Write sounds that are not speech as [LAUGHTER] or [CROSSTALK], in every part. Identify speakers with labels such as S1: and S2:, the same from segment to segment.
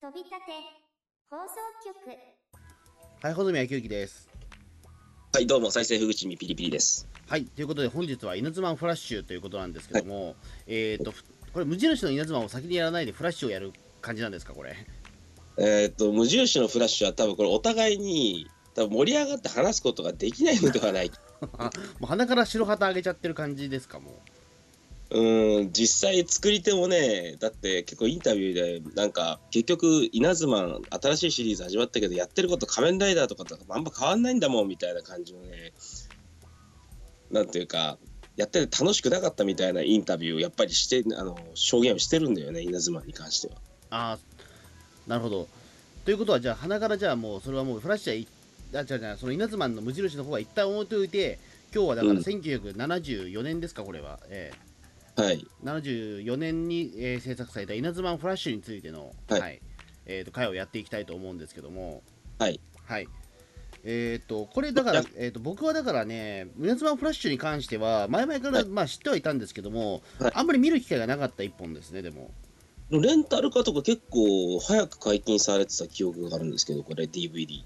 S1: 飛び立て放送局
S2: はい、ほどみやきゆきです。
S3: はい、どうも、再生ふぐちみピリピリです。
S2: はい、ということで本日は稲妻フラッシュということなんですけども、えっ、と、ふこれ無印の稲妻を先にやらないでフラッシュをやる感じなんですか、これ。 [LAUGHS]
S3: えーっと、無印のフラッシュは多分これお互いに多分盛り上がって話すことができないのではない。 [LAUGHS]
S2: もう鼻から白旗あげちゃってる感じですか、も
S3: うーん、実際作り手もね、だって結構インタビューでなんか結局稲妻新しいシリーズ始まったけどやってること仮面ライダーとかとあんま変わんないんだもんみたいな感じのね、なんていうか、やってて楽しくなかったみたいなインタビューをやっぱりして、あの、証言をしてるんだよね、稲妻に関しては。
S2: う。ああ、なるほど。ということは、じゃあ鼻からじゃあもう、それはもうフラッシュはい、あ、じゃじゃその稲妻の無印の方は一旦置いておいて、今日はだから
S3: うん
S2: 1974年ですか、これは。ええ
S3: はい。
S2: 74年に、えー制作された稲妻フラッシュについての、
S3: はい
S2: えー、と回をやっていきたいと思うんですけども、
S3: はい。
S2: はい。えっ、と、これだから
S3: いや、
S2: えっ、と、僕はだからね、胸妻フラッシュに関しては、前々から、
S3: はい
S2: まあ知ってはいたんですけども、
S3: はい
S2: あんまり見る機会がなかった一本ですね、でも。
S3: レンタル化とか結構早く解禁されてた記憶があるんですけど、これ DVD。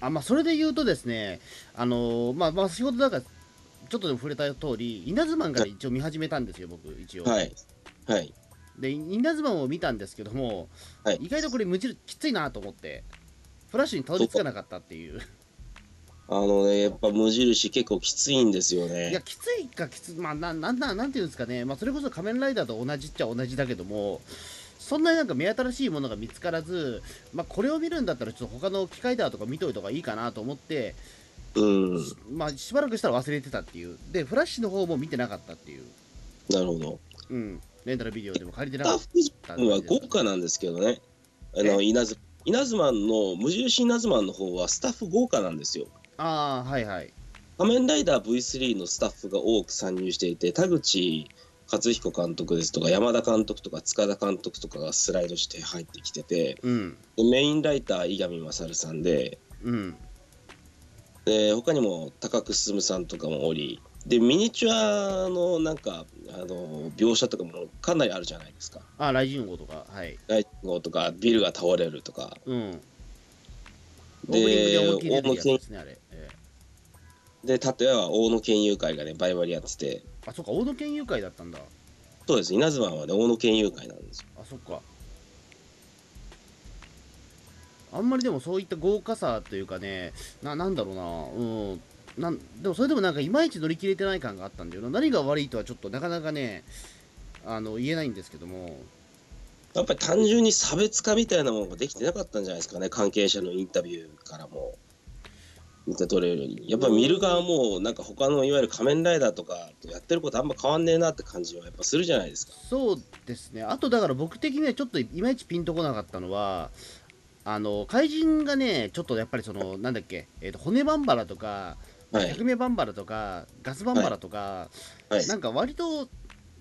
S2: あ、まあそれで言うとですね、あのーまあ、まあ先ほどだから、ちょっとでも触れた通り、稲妻から一応見始めたんですよ、僕、一応。
S3: はい。はい。
S2: で、稲妻を見たんですけども、
S3: はい
S2: 意外とこれ無印、きついなと思って、フラッシュにたどり着かなかったっていう。
S3: あのね、やっぱ無印結構きついんですよ
S2: いや
S3: ね。
S2: きついかきつまあななんなんなんていうんですかね、まあ、それこそ仮面ライダーと同じっちゃ同じだけどもそんなになんか目新しいものが見つからず、まあ、これを見るんだったらちょっと他の機械だとか見といた方がいいかなと思って、
S3: うん。
S2: まあ、しばらくしたら忘れてたっていうでフラッシュの方も見てなかったっていう、
S3: なるほど。
S2: うん、レンタルビデオでも借りて
S3: ス
S2: な
S3: タ
S2: か
S3: ッ
S2: っ
S3: フ陣は豪華なんですけどね。あの、稲妻。稲妻の、無印稲妻の方はスタッフ豪華なんですよ。
S2: たああはいはい
S3: 仮面ライダー V3 のスタッフが多く参入していて、田口克彦監督ですとか、山田監督とか、塚田監督とかがスライドして入ってきてて、
S2: うん
S3: でメインライター、伊上勝さんで、
S2: うん
S3: で他にも高久進さんとかもおりでミニチュアのなんかあの描写とかもかなりあるじゃないですか
S2: ああ雷神号とかはい
S3: ライトとかビルが倒れるとか
S2: うんオープニングで
S3: で
S2: 思いっきり出てるやつで
S3: 大野
S2: すねあれ、ええ
S3: で立は大野研友会がねバイバリやってて
S2: あそっか大野研究会だったんだ
S3: そうです稲妻はね大野研友会なんですよ
S2: あそっかあんまりでもそういった豪華さというかねななんだろうなうんなんでもそれでもなんかいまいち乗り切れてない感があったんだよな何が悪いとはちょっとなかなかねあの言えないんですけども
S3: やっぱり単純に差別化みたいなものができてなかったんじゃないですかね関係者のインタビューからも見て取れるようにやっぱり見る側もなんか他のいわゆる仮面ライダーとかとやってることあんま変わんねえなって感じはやっぱするじゃないですか
S2: そうですねあとだから僕的にはちょっといまいちピンとこなかったのはあの怪人がねちょっとやっぱりそのなんだっけ、えー、と骨バンバラとか
S3: はい
S2: 百目バンバラとかガスバンバラとか、
S3: はい
S2: なんか割とう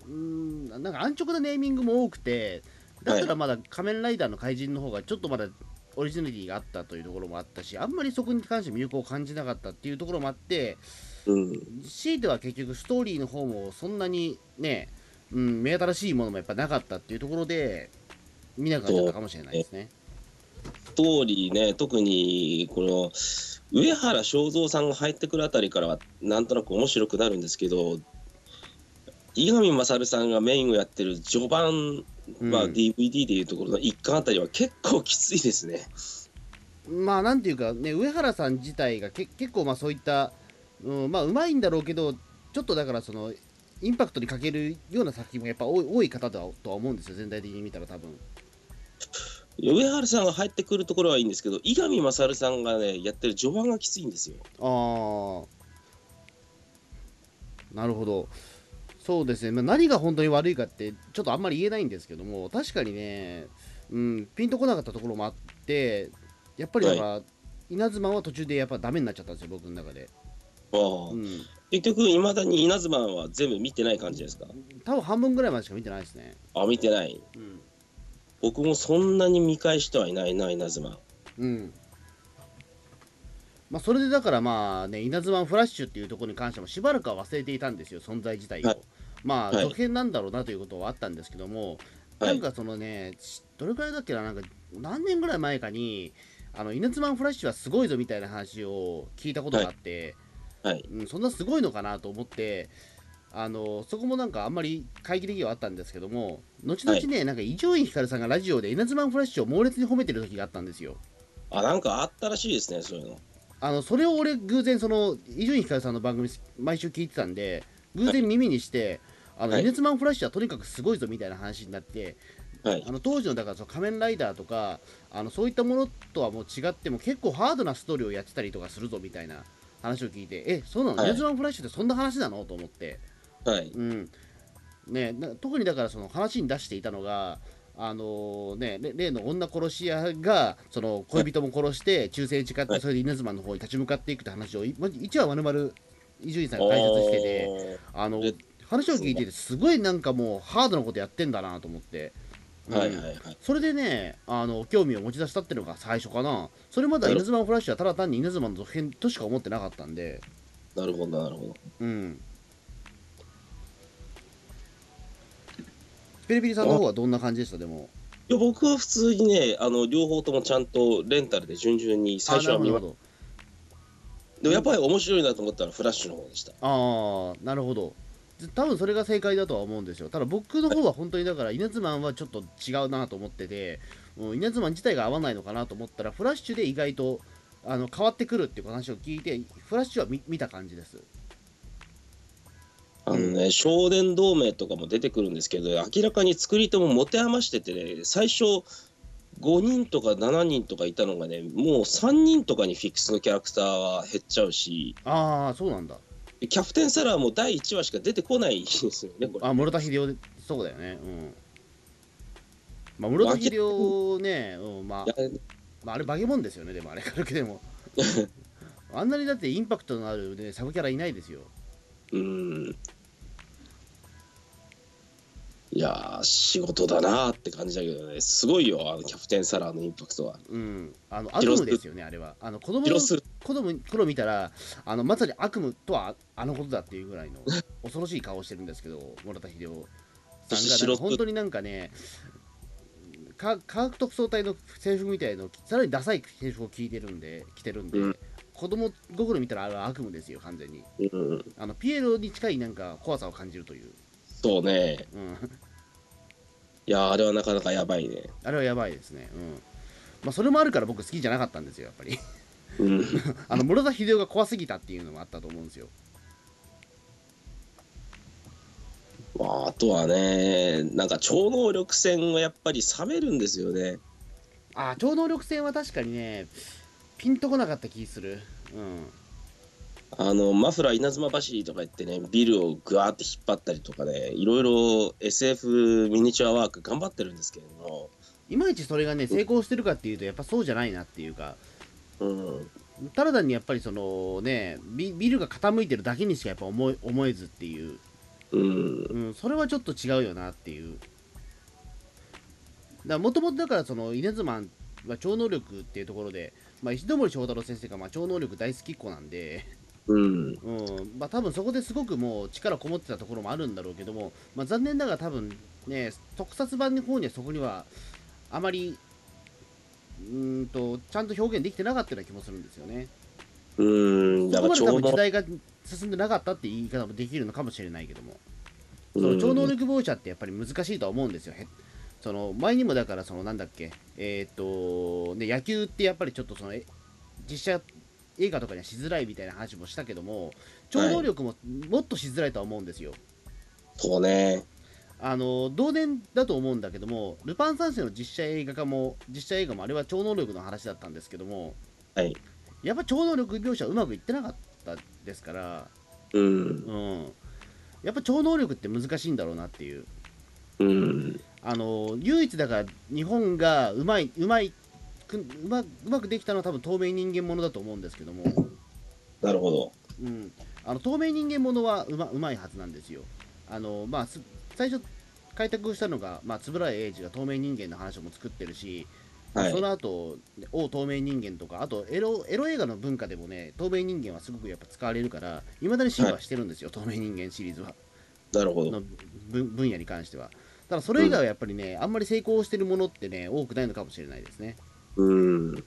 S2: ーんなんか安直なネーミングも多くてだったらまだ仮面ライダーの怪人の方がちょっとまだオリジナリティがあったというところもあったしあんまりそこに関して魅力を感じなかったっていうところもあって
S3: うん
S2: 強いては結局ストーリーの方もそんなにね、うん、目新しいものもやっぱなかったっていうところで見なかったかもしれないですね。
S3: ストーリーね特にこの上原正蔵さんが入ってくるあたりからはなんとなく面白くなるんですけど伊上勝さんがメインをやってる序盤、まあ、
S2: うん
S3: DVD でいうところの一巻あたりは結構きついですね。
S2: まあなんていうかね上原さん自体がけ結構まあそういった、うん、まあうまいんだろうけどちょっとだからそのインパクトに欠けるような作品もやっぱ多い多い方だとは思うんですよ全体的に見たら多分
S3: 上原さんが入ってくるところはいいんですけど伊上勝さんがねやってる序盤がきついんですよ。
S2: ああなるほどそうですね、まあ、何が本当に悪いかってちょっとあんまり言えないんですけども確かにね、うん、ピンとこなかったところもあってやっぱりだから、稲妻は途中でやっぱダメになっちゃったんですよ僕の中で、
S3: あ
S2: う
S3: あ
S2: ん、
S3: 結局いまだに稲妻は全部見てない感じですか
S2: 多分半分ぐらいまでしか見てないですね
S3: あ見てない
S2: うん
S3: 僕もそんなに見返してはいないな稲妻。
S2: うんまあ、それでだからまあね稲妻フラッシュっていうところに関してもしばらくは忘れていたんですよ存在自体を、
S3: はい
S2: まあ
S3: はい
S2: 続編なんだろうなということはあったんですけども、
S3: はい
S2: なんかそのねしどれくらいだっけななんか何年ぐらい前かに「あの稲妻フラッシュはすごいぞ」みたいな話を聞いたことがあって、
S3: はいはい
S2: うん、そんなすごいのかなと思ってあのそこもなんかあんまり懐疑的ではあったんですけども後々ね、なんか伊集院光さんがラジオで稲妻フラッシュを猛烈に褒めてる時があったんですよ。
S3: あなんかあったらしいですねそういうの
S2: あのそれを俺偶然その伊集院光さんの番組毎週聞いてたんで偶然耳にして「あの
S3: はい
S2: イネツマンフラッシュはとにかくすごいぞ」みたいな話になって
S3: はい
S2: あの当時のだからその仮面ライダーとかあのそういったものとはもう違っても結構ハードなストーリーをやってたりとかするぞみたいな話を聞いて「えそうなの、
S3: はい
S2: イネツマンフラッシュってそんな話なの?」と思って。
S3: はい
S2: うんね、な特にだからその話に出していたのが、あのね、れ例の女殺し屋がその恋人も殺して忠誠に誓っ
S3: は
S2: て
S3: い
S2: それで稲妻の方に立ち向かっていくって話をいま一話まるまる伊集院さんが解説しててあの
S3: で
S2: 話を聞いててすごいなんかもうハードなことやってんだなと思って、
S3: おーはい
S2: うん
S3: はいはい
S2: それでねあの興味を持ち出したっていうのが最初かなそれまでは稲妻フラッシュはただ単に稲妻の続編としか思ってなかったんで
S3: なるほどなるほど
S2: うんペリペリさんの方はどんな感じでしたでも
S3: いや僕は普通にねあの両方ともちゃんとレンタルで順々に最初は見ま
S2: あなるほど
S3: でもやっぱり面白いなと思ったらフラッシュの方でした
S2: あーなるほどず多分それが正解だとは思うんですよただ僕の方は本当にだから稲妻はちょっと違うなと思っててうん稲妻自体が合わないのかなと思ったらフラッシュで意外とあの変わってくるっていう話を聞いてフラッシュは見見た感じです
S3: あのね、少年同盟とかも出てくるんですけど明らかに作り手も持て余しててね最初5人とか7人とかいたのがねもう3人とかにフィックスのキャラクターは減っちゃうし
S2: ああそうなんだ
S3: キャプテンサラーも第1話しか出てこないんですよねこれ
S2: あ室田秀夫でそうだよねうんまあ室田秀夫ね、うん、まあ
S3: いや
S2: まあ、あれ、バゲモンですよね、でもあれ、軽くで
S3: [LAUGHS]
S2: も。あんなにだってインパクトのある、ね、サブキャラいないですよ。
S3: うんいやー仕事だなーって感じだけどねすごいよあのキャプテンサラーのインパクトは
S2: うん。あの、悪夢ですよね、あれは。あの、子供の
S3: 広す
S2: 子供頃見たら、あの、まさに悪夢とはあのことだっていうぐらいの恐ろしい顔してるんですけど、村田秀夫
S3: そして
S2: さんが、なん
S3: 白く
S2: か本当になんかね、か科学特捜隊の制服みたいの、さらにダサい制服を着いてるんで、着てるんで、
S3: うん
S2: 子供心見たらあれは悪夢ですよ、完全に。
S3: うん
S2: あの、ピエロに近いなんか怖さを感じるという。
S3: そうね
S2: うん。
S3: いやーあれはなかなかやばいね
S2: あれはやばいですね。うん。まあ、それもあるから僕好きじゃなかったんですよ、やっぱり。 [LAUGHS]
S3: うん
S2: あの、室田秀夫が怖すぎたっていうのもあったと思うんですよ。
S3: まあ、あとはね、なんか超能力戦はやっぱり冷めるんですよね。
S2: ああ、超能力戦は確かにね、ピンとこなかった気する。うん。
S3: あのマフラー稲妻走りとか言ってね、ビルをぐわーって引っ張ったりとかね、いろいろ SF ミニチュアワーク頑張ってるんですけれども、
S2: いまいちそれがね、成功してるかっていうと、やっぱそうじゃないなっていうか、
S3: うん、
S2: ただ単にやっぱりそのね、ビビルが傾いてるだけにしかやっぱ思え思えずっていう、
S3: うん、
S2: うん、それはちょっと違うよなっていう。だもともとだからそのイネズマンは超能力っていうところで、まあ、石森章太郎先生がまあ超能力大好きっ子なんで、 [LAUGHS]
S3: うん、
S2: うんまあ、多分そこですごくもう力こもってたところもあるんだろうけども、まあ、残念ながら多分ね特撮版の方にはそこにはあまりうーんとちゃんと表現できてなかったような気もするんですよね。
S3: うん、だ
S2: そこ
S3: か
S2: まで
S3: ら超
S2: 多
S3: 能
S2: 分時
S3: 力、
S2: 代が進んでなかったって言い方もできるのかもしれないけども。
S3: う
S2: その
S3: ん
S2: 超能力防者ってやっぱり難しいとは思うんですよ。へその前にもだからそのなんだっけえーっとね野球ってやっぱりちょっとそのえ実写映画とかにはしづらいみたいな話もしたけども超能力ももっとしづらいとは思うんですよ。
S3: そうね、
S2: あの同年だと思うんだけども「ルパン三世」の実写映画化も実写映画もあれは超能力の話だったんですけども
S3: はい、
S2: やっぱ超能力描写はうまくいってなかったですから
S3: うん、
S2: うんやっぱ超能力って難しいんだろうなっていう。
S3: うん、
S2: あの唯一だから日本がうまいうまいくうまうまくできたのは多分透明人間ものだと思うんですけども、
S3: なるほど、
S2: うん、あの透明人間ものはうまうまいはずなんですよあの、まあ、す最初開拓したのが、まあ、円谷英二が透明人間の話も作ってるし、
S3: はい
S2: その後王透明人間とかあとエロエロ映画の文化でもね透明人間はすごくやっぱ使われるからいまだに進化してるんですよ、透明人間シリーズは
S3: なるほど、
S2: の分分野に関しては。からそれ以外はやっぱりね、あんまり成功してるものってね、多くないのかもしれないですね。
S3: うん。で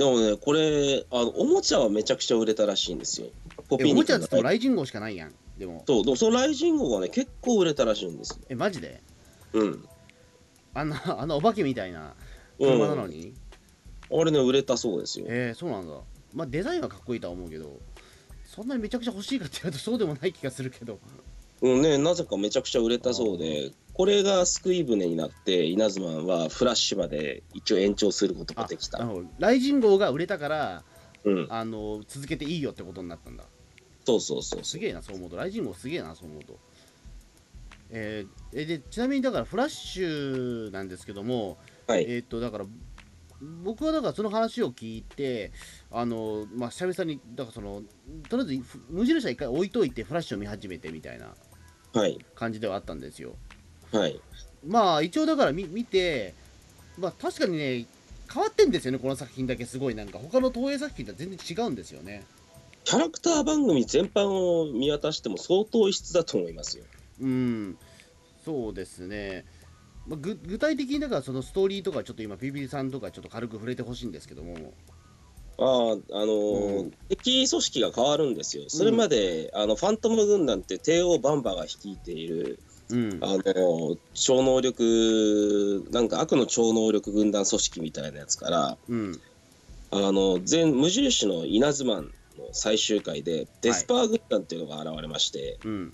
S3: もね、これ、あのおもちゃはめちゃくちゃ売れたらしいんですよ。ポ
S2: え
S3: ピ
S2: お
S3: ニ
S2: も
S3: ッ
S2: ちゃ
S3: ク
S2: っつ
S3: の
S2: っても雷神号しかないやん。でも、
S3: そうでもその雷神号がね、結構売れたらしいんですよ。
S2: え、マジで
S3: うん。
S2: あんな、あ [LAUGHS] んなお化けみたいな
S3: うん、
S2: 車なのに、
S3: あれね、売れたそうですよ。
S2: えー、そうなんだ。まあ、デザインはかっこいいとは思うけど、そんなにめちゃくちゃ欲しいかって言うとそうでもない気がするけ
S3: [LAUGHS]
S2: ど。
S3: うんね、なぜかめちゃくちゃ売れたそうで、これが救い船になって、稲妻はフラッシュまで一応延長することができ
S2: な
S3: た
S2: る。ほど雷神号が売れたから、
S3: うん、
S2: あの、続けていいよってことになったんだ。
S3: そうそうそう
S2: す
S3: そう。
S2: げえな、そう思うと。雷神号すげえな、そう思うと。えーえでちなみにだからフラッシュなんですけども、
S3: はい。
S2: えーっとだから僕はだからその話を聞いてあのまあ久々にだからそのとりあえずふ無印は一回置いといてフラッシュを見始めてみたいな
S3: はい。
S2: 感じではあったんですよ
S3: はい。
S2: まあ一応だから見見てまあ確かにね変わってんですよねこの作品だけすごいなんか他の東映作品とは全然違うんですよね
S3: キャラクター番組全般を見渡しても相当異質だと思いますよ。
S2: うんそうですね、まあ、ぐ具体的にだからそのストーリーとかちょっと今ビビリさんとかちょっと軽く触れてほしいんですけども
S3: ああ、あの
S2: う
S3: ー
S2: ん
S3: 敵組織が変わるんですよ。それまで、あの、ファントム軍団って帝王バンバが率いている、
S2: うん
S3: あのー超能力、なんか悪の超能力軍団組織みたいなやつから、
S2: うん
S3: あの全無印の稲妻の最終回でデスパー軍団っていうのが現れまして、
S2: うん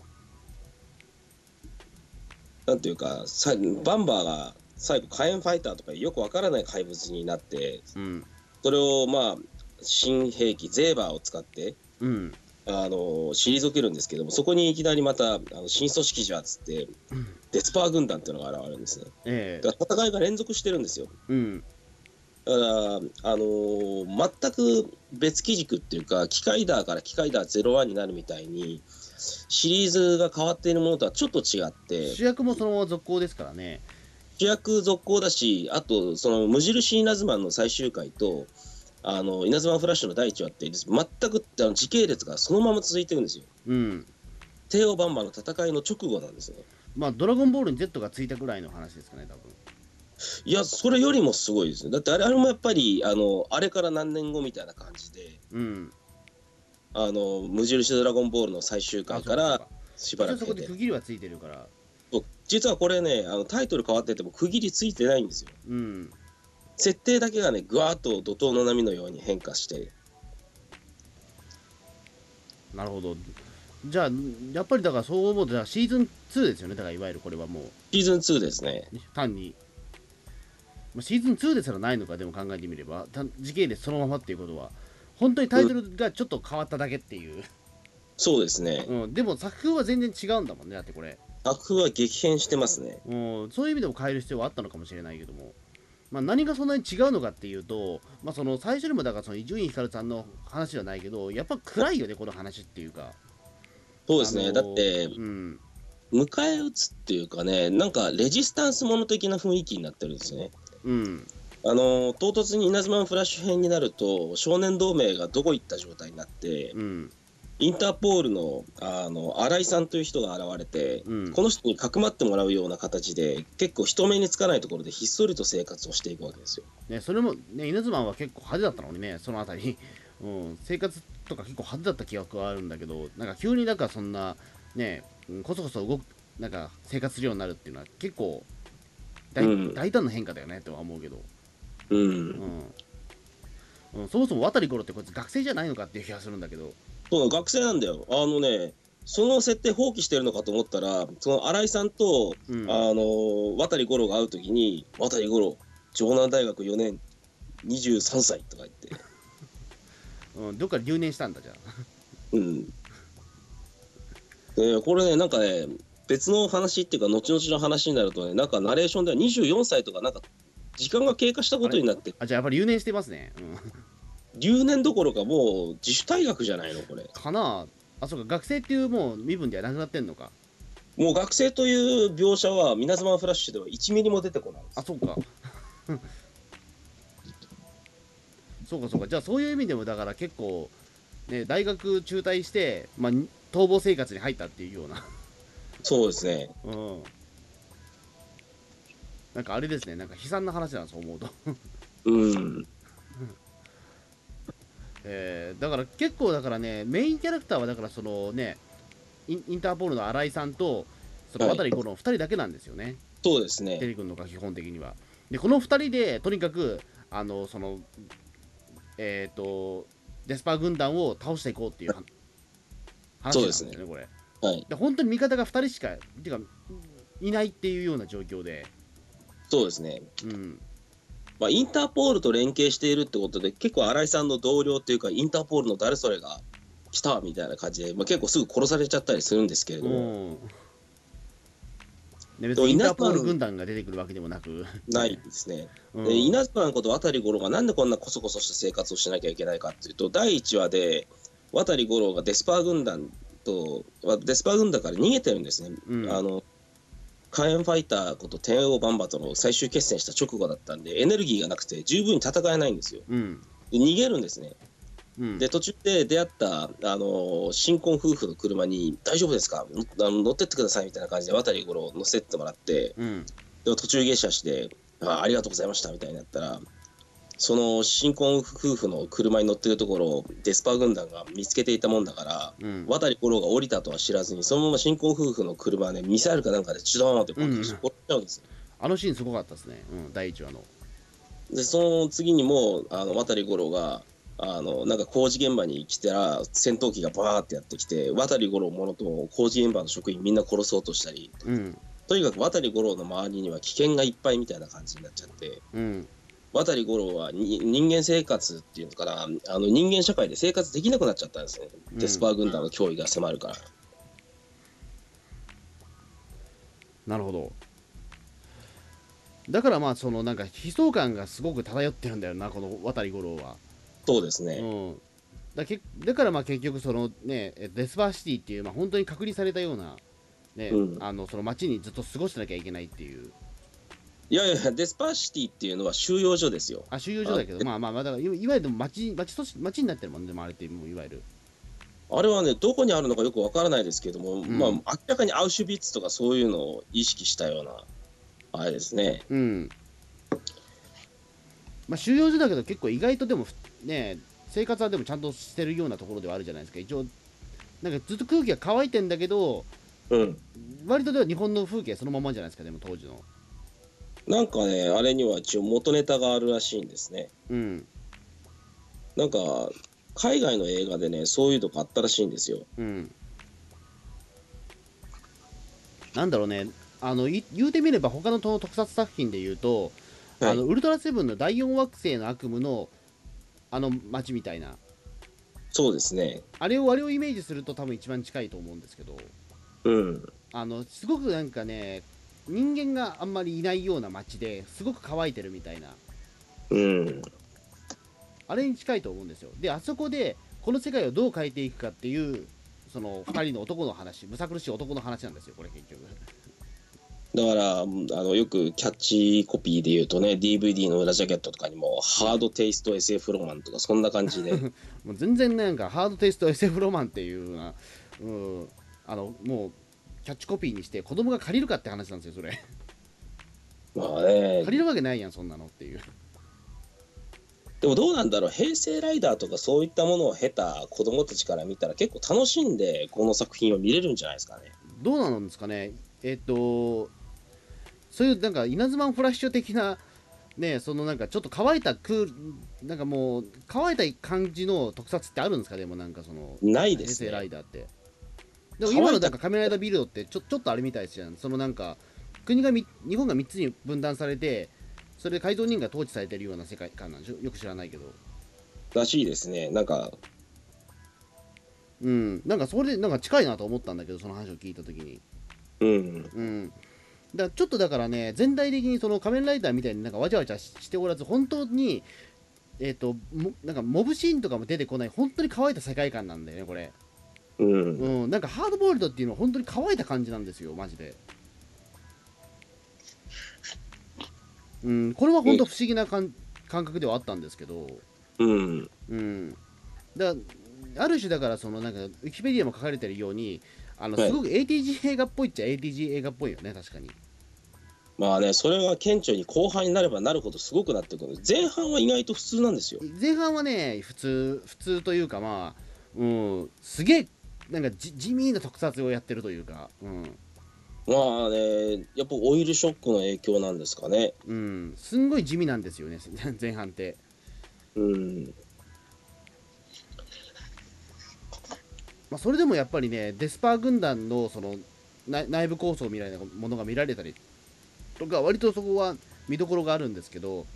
S3: なんていうかさバンバーが最後火炎ファイターとかよくわからない怪物になって
S2: うん
S3: それをまあ新兵器ゼーバーを使って
S2: うん
S3: あの退けるんですけどもそこにいきなりまたあの新組織じゃっつって
S2: うん
S3: デスパー軍団っていうのが現れるんですね
S2: ええ
S3: だから戦いが連続してるんですよ
S2: うん
S3: だから、あのー全く別基軸っていうか、機械ダーから機械ダー01になるみたいに、シリーズが変わっているものとはちょっと違って、
S2: 主役もそのまま続行ですからね。
S3: 主役続行だし、あと、その無印稲妻の最終回と、あの稲妻フラッシュの第1話って、全くあの時系列がそのまま続いてるんですよ。
S2: うん。
S3: 帝王バンバンの戦いの直後なんですね。
S2: まあ、ドラゴンボールに Z がついたぐらいの話ですかね、多分。
S3: いや、それよりもすごいですね。だってあれあれもやっぱり、あのあれから何年後みたいな感じで、
S2: うん。
S3: あの無印ドラゴンボールの最終回か
S2: あ
S3: ら、
S2: そう
S3: しば
S2: か一
S3: ら
S2: 応そ
S3: く
S2: こ
S3: 経て
S2: で区切りはついてるから。
S3: そう実はこれねあのタイトル変わってても区切りついてないんですよ
S2: うん。
S3: 設定だけがねぐわーっと怒涛の波のように変化して
S2: なるほど。じゃあ、やっぱりだからそう思うと、だからシーズン2ですよね、だからいわゆるこれはも
S3: シーズン2ですね
S2: う、単に。まあシーズン2ですらないのか、でも考えてみれば、単時系列そのままっていうことは、本当にタイトルがちょっと変わっただけっていう。
S3: そうですね
S2: うん。でも作風は全然違うんだもんね、だってこれ。
S3: 作風は激変してますね
S2: うん、そういう意味でも変える必要はあったのかもしれないけども、まあ、何がそんなに違うのかっていうと、まあ、その最初にもだからその伊集院光さんの話じゃないけどやっぱ暗いよねこの話っていうか
S3: そうですね、
S2: あのー
S3: だって
S2: うん
S3: 迎え撃つっていうかねなんかレジスタンスもの的な雰囲気になってるんですね
S2: うん
S3: あのー唐突に稲妻のフラッシュ編になると少年同盟がどこ行った状態になって
S2: うん
S3: インターポールのあの新井さんという人が現れて
S2: うん
S3: この人にかくまってもらうような形で結構人目につかないところでひっそりと生活をしていくわけですよ。
S2: ね、それもね稲妻は結構派手だったのにねそのあたり、うん、生活とか結構派手だった記憶はあるんだけどなんか急になんかそんなねうんこそこそ動くなんか生活するようになるっていうのは結構大,、
S3: うん
S2: 大胆な変化だよねとは思うけど
S3: うん、
S2: うんうん、そもそも渡り頃ってこいつ学生じゃないのかっていう気がするんだけど、
S3: そう学生なんだよあのねその設定放棄してるのかと思ったらその新井さんと、
S2: うん、
S3: あの渡五郎が会う時に「渡五郎城南大学4年23歳」とか言って、
S2: うん、どっか留年したんだじゃ
S3: うん、でこれねなんかね別の話っていうか後々の話になるとねなんかナレーションでは24歳とかなんか時間が経過したことになって
S2: ああじゃあやっぱり留年してますね、うん、
S3: 留年どころかもう自主退学じゃないのこれ
S2: かなあそうか学生っていうもう身分ではなくなってんのか
S3: もう学生という描写は皆様フラッシュでは1ミリも出てこないんです
S2: あそうか [LAUGHS] そうかそうかじゃあそういう意味でもだから結構、ね、大学中退して、まあ、に逃亡生活に入ったっていうような
S3: そうですね。
S2: うんなんかあれですねなんか悲惨な話なんです思うと、
S3: うん。
S2: えーだから結構だからねメインキャラクターはだからそのねインインターポールの新井さんとその
S3: はい
S2: 渡り五郎2人だけなんですよね、
S3: そうです
S2: テ
S3: ね。
S2: リ君のが基本的にはでこの2人でとにかくあのそのえっ、とデスパー軍団を倒していこうっていうは話なんですよね
S3: そう
S2: これ
S3: はい。
S2: で本当に味方が2人しかっていうかいないっていうような状況で
S3: そうですね。
S2: うん
S3: まあ、インターポールと連携しているってことで、結構新井さんの同僚っていうか、インターポールの誰それが来たみたいな感じで、まあ、結構すぐ殺されちゃったりするんですけれども、
S2: うんね、別
S3: でも
S2: にイン
S3: 稲
S2: タ
S3: 妻
S2: ーポール軍団が出てくるわけでもなく、
S3: ないですね。
S2: うん
S3: で稲妻のこと渡り五郎がなんでこんなこそこそした生活をしなきゃいけないかっていうと第1話で渡り五郎がデスパー軍団とわデスパー軍団から逃げてるんですね、
S2: うん
S3: あの火炎ファイターこと天王バンバとの最終決戦した直後だったんでエネルギーがなくて十分に戦えないんですよ
S2: うん
S3: で逃げるんですね
S2: うん、
S3: で途中で出会ったあの新婚夫婦の車に大丈夫ですかのあの乗ってってくださいみたいな感じで渡り五郎乗せてってもらって
S2: うん、
S3: でも途中下車してあありがとうございましたみたいになったらその新婚夫婦の車に乗ってるところをデスパー軍団が見つけていたもんだから、
S2: うん
S3: 渡り五郎が降りたとは知らずにそのまま新婚夫婦の車で、ね、ミサイルかなんかでチュドーンって爆発して
S2: うん
S3: 殺しちゃうんですよ、
S2: あのシーンすごかったですね、うん、第1話の。
S3: でその次にもうあの渡り五郎があのなんか工事現場に来たら戦闘機がバーってやってきて渡り五郎ものとも工事現場の職員みんな殺そうとしたり
S2: うん
S3: とにかく渡り五郎の周りには危険がいっぱいみたいな感じになっちゃって。
S2: うん
S3: 渡り五郎はに人間生活っていうのかなあの人間社会で生活できなくなっちゃったんですね、
S2: うん
S3: デスパー軍団の脅威が迫るから
S2: なるほど。だからまあそのなんか悲壮感がすごく漂ってるんだよなこの渡り五郎は。
S3: そうですね、
S2: うん、だけだからまあ結局そのねえデスバーシティっていうまあ本当に隔離されたようなね、
S3: うん
S2: あのその街にずっと過ごしてなきゃいけないっていう
S3: いやいやデスパーシティっていうのは収容所ですよ
S2: あ収容所だけど
S3: あ
S2: まあまあまあだからいわいわゆる街街都市街になってるもんねでもあれってもういわゆる
S3: あれはねどこにあるのかよくわからないですけども、
S2: ん
S3: まあ明らかにアウシュビッツとかそういうのを意識したようなあれですね
S2: うんまあ収容所だけど結構意外とでもふね生活はでもちゃんとしてるようなところではあるじゃないですか一応なんかずっと空気が乾いてんだけど
S3: うん
S2: 割とでは日本の風景そのままじゃないですかでも当時の
S3: なんかねあれには一応元ネタがあるらしいんですね
S2: うん
S3: なんか海外の映画でねそういうとこあったらしいんですよ
S2: うんなんだろうねあのい言うてみれば他のと特撮作品で言うと、
S3: はい
S2: あのウルトラセブンの第4惑星の悪夢のあの街みたいな
S3: そうですね
S2: あれをあれをイメージすると多分一番近いと思うんですけど
S3: うん
S2: あのすごくなんかね人間があんまりいないような街ですごく乾いてるみたいな
S3: うん
S2: あれに近いと思うんですよであそこでこの世界をどう変えていくかっていうその2人の男の話むさ苦しい男の話なんですよこれ結局
S3: だから、うんあの、よくキャッチコピーで言うとね、DVD の裏ジャケットとかにも、ハードテイスト SF ロマンとか、そんな感じで。
S2: もう全然なんかハードテイスト SF ロマンっていうようなうんあのもうキャッチコピーにして子供が借りるかって話なんですよそれ
S3: [LAUGHS] まあね
S2: 借、りるわけないやんそんなのっていう
S3: でもどうなんだろう、平成ライダーとかそういったものを経た子供たちから見たら、結構楽しんで、この作品を見れるんじゃないですかね。
S2: どうなんですかねえっ、とそういうなんか稲妻フラッシュ的なねそのなんかちょっと乾いたクールなんかもう乾いた感じの特撮ってあるんですかでもなんかその
S3: ないです
S2: 平成ライ
S3: ね。
S2: ダーってでも今の
S3: 乾いた
S2: なんか仮面ライダービルドってちょちょっとあれみたいですじゃんそのなんか国がみ日本が3つに分断されてそれで改造人が統治されてるような世界観なんでしょよく知らないけど
S3: らしいですね。なんか、
S2: うんなんかそれでなんか近いなと思ったんだけどその話を聞いた時に
S3: うん。
S2: うん、だからちょっとだからね全体的にその仮面ライダーみたいになんかわちゃわちゃししておらず本当にえっ、ともなんかモブシーンとかも出てこない本当に乾いた世界観なんだよねこれ、
S3: うん。
S2: うん、なんかハードボイルドっていうのは本当に乾いた感じなんですよマジで、うん、これは本当不思議な感感覚ではあったんですけど
S3: うん。
S2: うん、だある種だからそのなんかウィキペディアも書かれてるようにああの
S3: はい
S2: すごく ATG 映画っぽいっちゃ ATG 映画っぽいよね確かに
S3: まあね、それが顕著に後半になればなるほどすごくなってくる。前半は意外と普通なんですよ。
S2: 前半はね普通普通というかまあうんすげえなんかじ地味な特撮をやってるというかうん、
S3: まあね、やっぱオイルショックの影響なんですかね。
S2: うん、すんごい地味なんですよね [LAUGHS] 前半って
S3: うん。
S2: まあ、それでもやっぱりねデスパー軍団のその内内部構想みたいなものが見られたりとか割とそこは見どころがあるんですけど、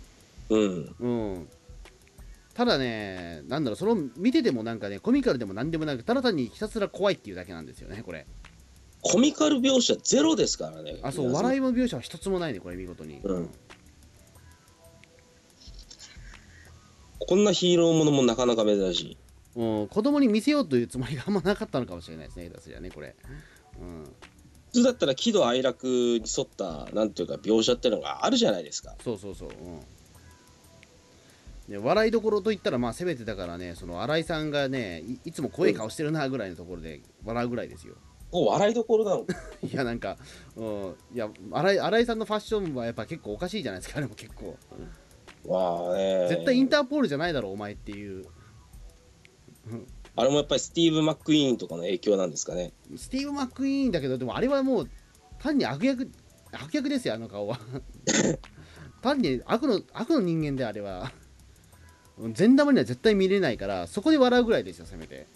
S3: うん。
S2: うん、ただねなんだろうその見ててもなんかねコミカルでも何でもなくただ単にひたすら怖いっていうだけなんですよねこれ
S3: コミカル描写ゼロですからね。
S2: あそう笑いも描写は一つもないねこれ見事に、
S3: うんこんなヒーローものもなかなか珍しい。
S2: うん、子供に見せようというつもりがあんまなかったのかもしれないですね下手すりゃねこれ、うん、
S3: 普通だったら喜怒哀楽に沿ったなんていうか描写ってのがあるじゃないですか
S2: そうそうそう、うん、で笑いどころといったらまあせめてだからねその新井さんがねいいつも怖い顔してるなぐらいのところで笑うぐらいですよ [LAUGHS]
S3: もう笑いどころなの
S2: いやなんか、うん、いや新井新井さんのファッションはやっぱ結構おかしいじゃないですかあれも結構
S3: わあね
S2: 絶対インターポールじゃないだろお前っていう
S3: あれもやっぱりスティーブ・マック・イーンとかの影響なんですかね
S2: スティーブ・マック・イーンだけどでもあれはもう単に悪役悪役ですよあの顔は単に悪の悪の人間であれは善玉には絶対見れないからそこで笑うぐらいですよせめて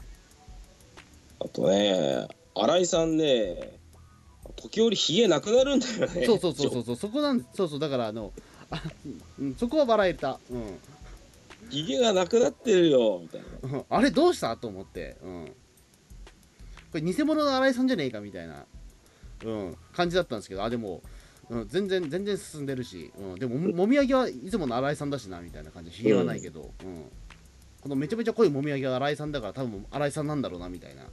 S3: あとね新井さんね時折ひげなくなるんだよね
S2: そうそう
S3: [LAUGHS]
S2: そうそうそうそこなんそうそうだからあのあうんそこは笑えた、うん
S3: ひげがなくなってるよみたいな
S2: うん、あれどうしたと思って、うん、これ偽物の新井さんじゃねえかみたいな、うん、感じだったんですけどあでも、うん、全然全然進んでるし、うん、でもももみあげはいつもの新井さんだしなみたいな感じひげはないけど、うんこのめちゃめちゃ濃いもみあげは新井さんだから多分新井さんなんだろうなみたいな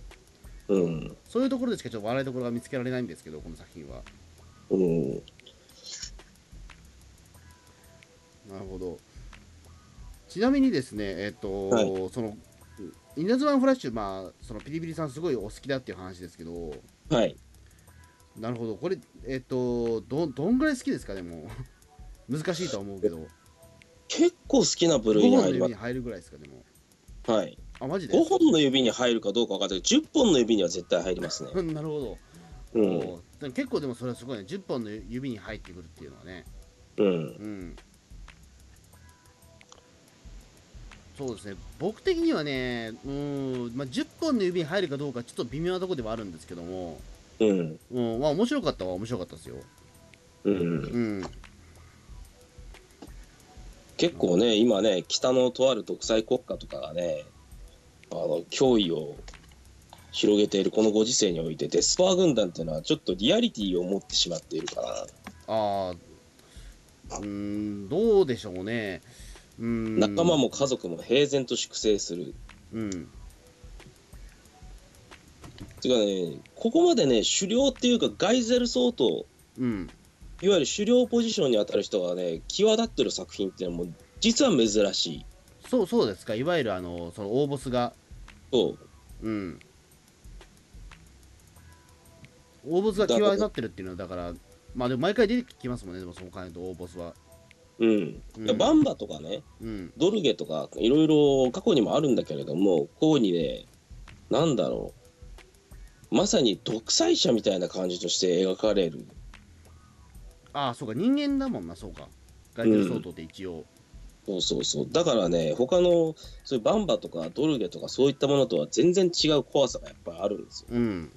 S3: うん
S2: そういうところでしかちょっと笑いどころが見つけられないんですけどこの作品は
S3: うん
S2: なるほど。ちなみにですね、えっ、と、
S3: は
S2: その、イナズマンフラッシュ、まあ、そのピリピリさんすごいお好きだっていう話ですけど、
S3: はい
S2: なるほど、これ、えっ、と、ど、どんぐらい好きですか、でも。 [LAUGHS] 難しいとは思うけど、
S3: 結構好きな部
S2: 5
S3: 類
S2: 本
S3: に
S2: の
S3: 入りま
S2: 指に入るぐらいですか、でも。
S3: すはい
S2: あ、マジで
S3: 5本の指に入るかどうか分かんないけど10本の指には絶対入りますね
S2: うんなるほど。
S3: う
S2: お
S3: ん
S2: うでも結構でもそれはすごいね、10本の指に入ってくるっていうのはね。
S3: うん
S2: うん。そうですね僕的にはね、うーんまあ、10本の指に入るかどうか、ちょっと微妙なところではあるんですけども、
S3: うん
S2: うん、まあ面白かったは面白かったですよ。
S3: うん
S2: うん。
S3: 結構ね、今ね、北のとある独裁国家とかがね、あの脅威を広げているこのご時世において、デスパー軍団っていうのは、ちょっとリアリティを持ってしまっているかな、
S2: ああ、うーん、どうでしょうね。うーん。
S3: 仲間。も家族も平然と粛清する。
S2: うん。
S3: ていうかね、ここまでね、狩猟っていうか、ガイゼル相当、
S2: うん。
S3: いわゆる狩猟ポジションに当たる人がね、際立ってる作品っていうのも、実は珍しい。
S2: そう、そうですか。いわゆる、あの、その大ボスが。
S3: そう
S2: うん。大ボスが際立ってるっていうのは、だから、まあでも毎回出てきますもんね、でもそう考えると大ボスは。
S3: うん、
S2: うん
S3: バンバとかね、
S2: うん。
S3: ドルゲとかいろいろ過去にもあるんだけれどもこうにねなんだろうまさに独裁者みたいな感じとして描かれる
S2: ああ、そうか、人間だもんな、そうか。ガイデル相当って一応。
S3: そうそうそうだからね他のそういうバンバとかドルゲとかそういったものとは全然違う怖さがやっぱりあるんですよ
S2: うん。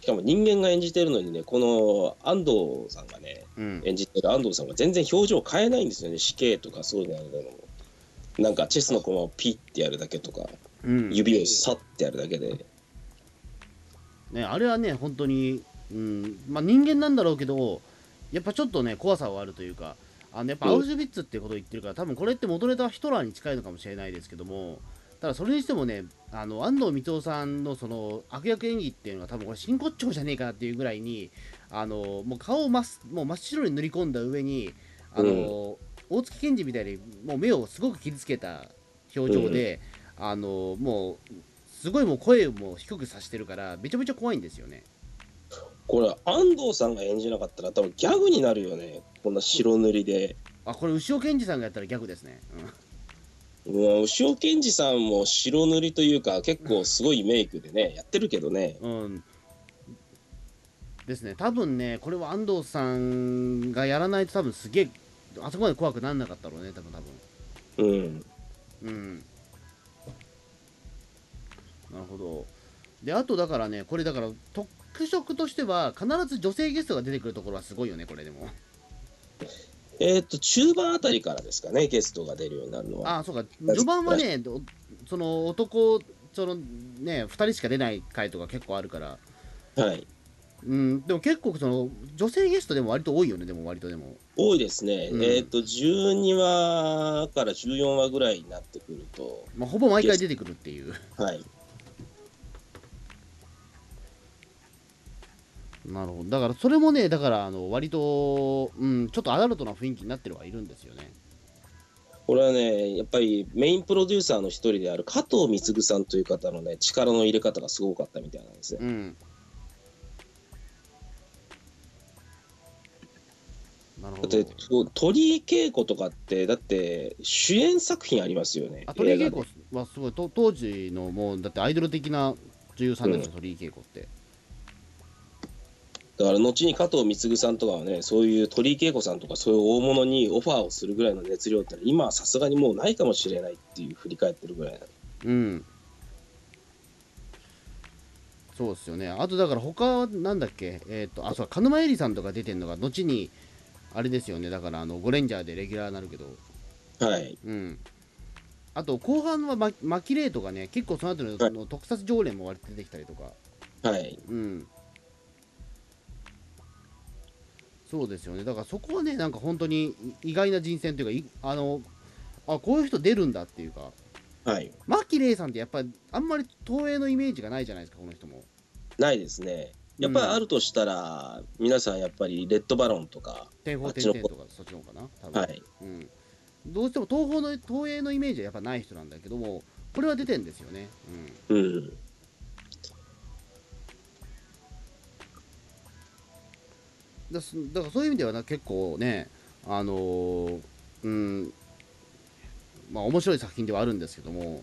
S3: しかも人間が演じてるのにねこの安藤さんがね
S2: うん。
S3: 演じてる安藤さんが全然表情変えないんですよね死刑とかそういうのもなんかチェスの駒をピッてやるだけとか
S2: うん、
S3: 指をサッてやるだけで
S2: ね、あれはね、本当に、うんまあ、人間なんだろうけど、やっぱちょっとね、怖さはあるというか、あのやっぱアウシュビッツってことを言ってるから、多分これって元ネタはヒトラーに近いのかもしれないですけども、ただそれにしてもね、あの安藤光雄さんのその悪役演技っていうのは、多分これ、真骨頂じゃねえかなっていうぐらいに、あのもう顔を真っもう真っ白に塗り込んだ上に、あの大月健二みたいに、もう目をすごく傷つけた表情で、あのもうすごいもう声も低くさしてるからめちゃめちゃ怖いんですよね
S3: これ安藤さんが演じなかったら多分ギャグになるよねこんな白塗りで、
S2: あこれ牛尾健二さんがやったら逆ですね、うん
S3: うん、牛尾健二さんも白塗りというか結構すごいメイクでねやってるけどね
S2: うん、ですね、多分ね、これは安藤さんがやらないと、多分すげえ、あそこまで怖くならなかったろうね、多分多分
S3: う
S2: う
S3: ん
S2: ん。なるほど。で、あとだからね、これだから、特色としては、必ず女性ゲストが出てくるところはすごいよね、これでも。
S3: えーっと中盤あたりからですかねゲストが出るようになるのは
S2: あ、そうか、序盤はね、どその男、そのね、2人しか出ない回とか結構あるから、
S3: はい
S2: うん、でも結構、その女性ゲストでも割と多いよね、でも割とでも。
S3: 多いですね、
S2: うん
S3: えーっと12話から14話ぐらいになってくると
S2: まあ、ほぼ毎回出てくるっていう。
S3: はい
S2: [LAUGHS] なるほど。だから、それもね、だから、あの割と、うん、ちょっとアダルトな雰囲気になってるはいるんですよね。
S3: これはねやっぱりメインプロデューサーの一人である加藤貢さんという方のね力の入れ方がすごかったみたいなんですね
S2: うん。なるほ
S3: だっ
S2: ど
S3: て。そう鳥居恵子とかってだって主演作品ありますよね
S2: あ鳥居
S3: 映
S2: 恵
S3: 画で
S2: 子はすごい、と当時のもう、だってアイドル的な女優さんですよ、鳥居恵子って。
S3: だから後に加藤貢さんとかはねそういう鳥居恵子さんとかそういう大物にオファーをするぐらいの熱量ってのは今はさすがにもうないかもしれないっていう振り返ってるぐらいな
S2: うん。そうですよね。あとだから他なんだっけ、えっ、と、あ、そう、鹿沼絵里さんとか出てんのが、後に、あれですよね、だから、あの、ゴレンジャーでレギュラーになるけど、
S3: はい
S2: うん。あと、後半はママキレイとかね、結構その後の,、
S3: はい
S2: の特撮常連も割と出てきたりとか、
S3: はい
S2: うん。そうですよね、だからそこはね、なんか本当にい意外な人選というか、いあの、あ、こういう人出るんだっていうか、
S3: はい
S2: マキレイさんってやっぱりあんまり東映のイメージがないじゃないですかこの人も
S3: ないですねやっぱりあるとしたら、皆さんやっぱりレッドバロンとか
S2: 天宝
S3: あっ
S2: 天
S3: ちの
S2: 々
S3: 方
S2: とかそっちの方かな多分、
S3: はい
S2: うん、どうしても東方の東映のイメージはやっぱない人なんだけどもこれは出てんですよね
S3: うん
S2: うんだすだからそういう意味ではな結構ねあのーうんまあ面白い作品ではあるんですけども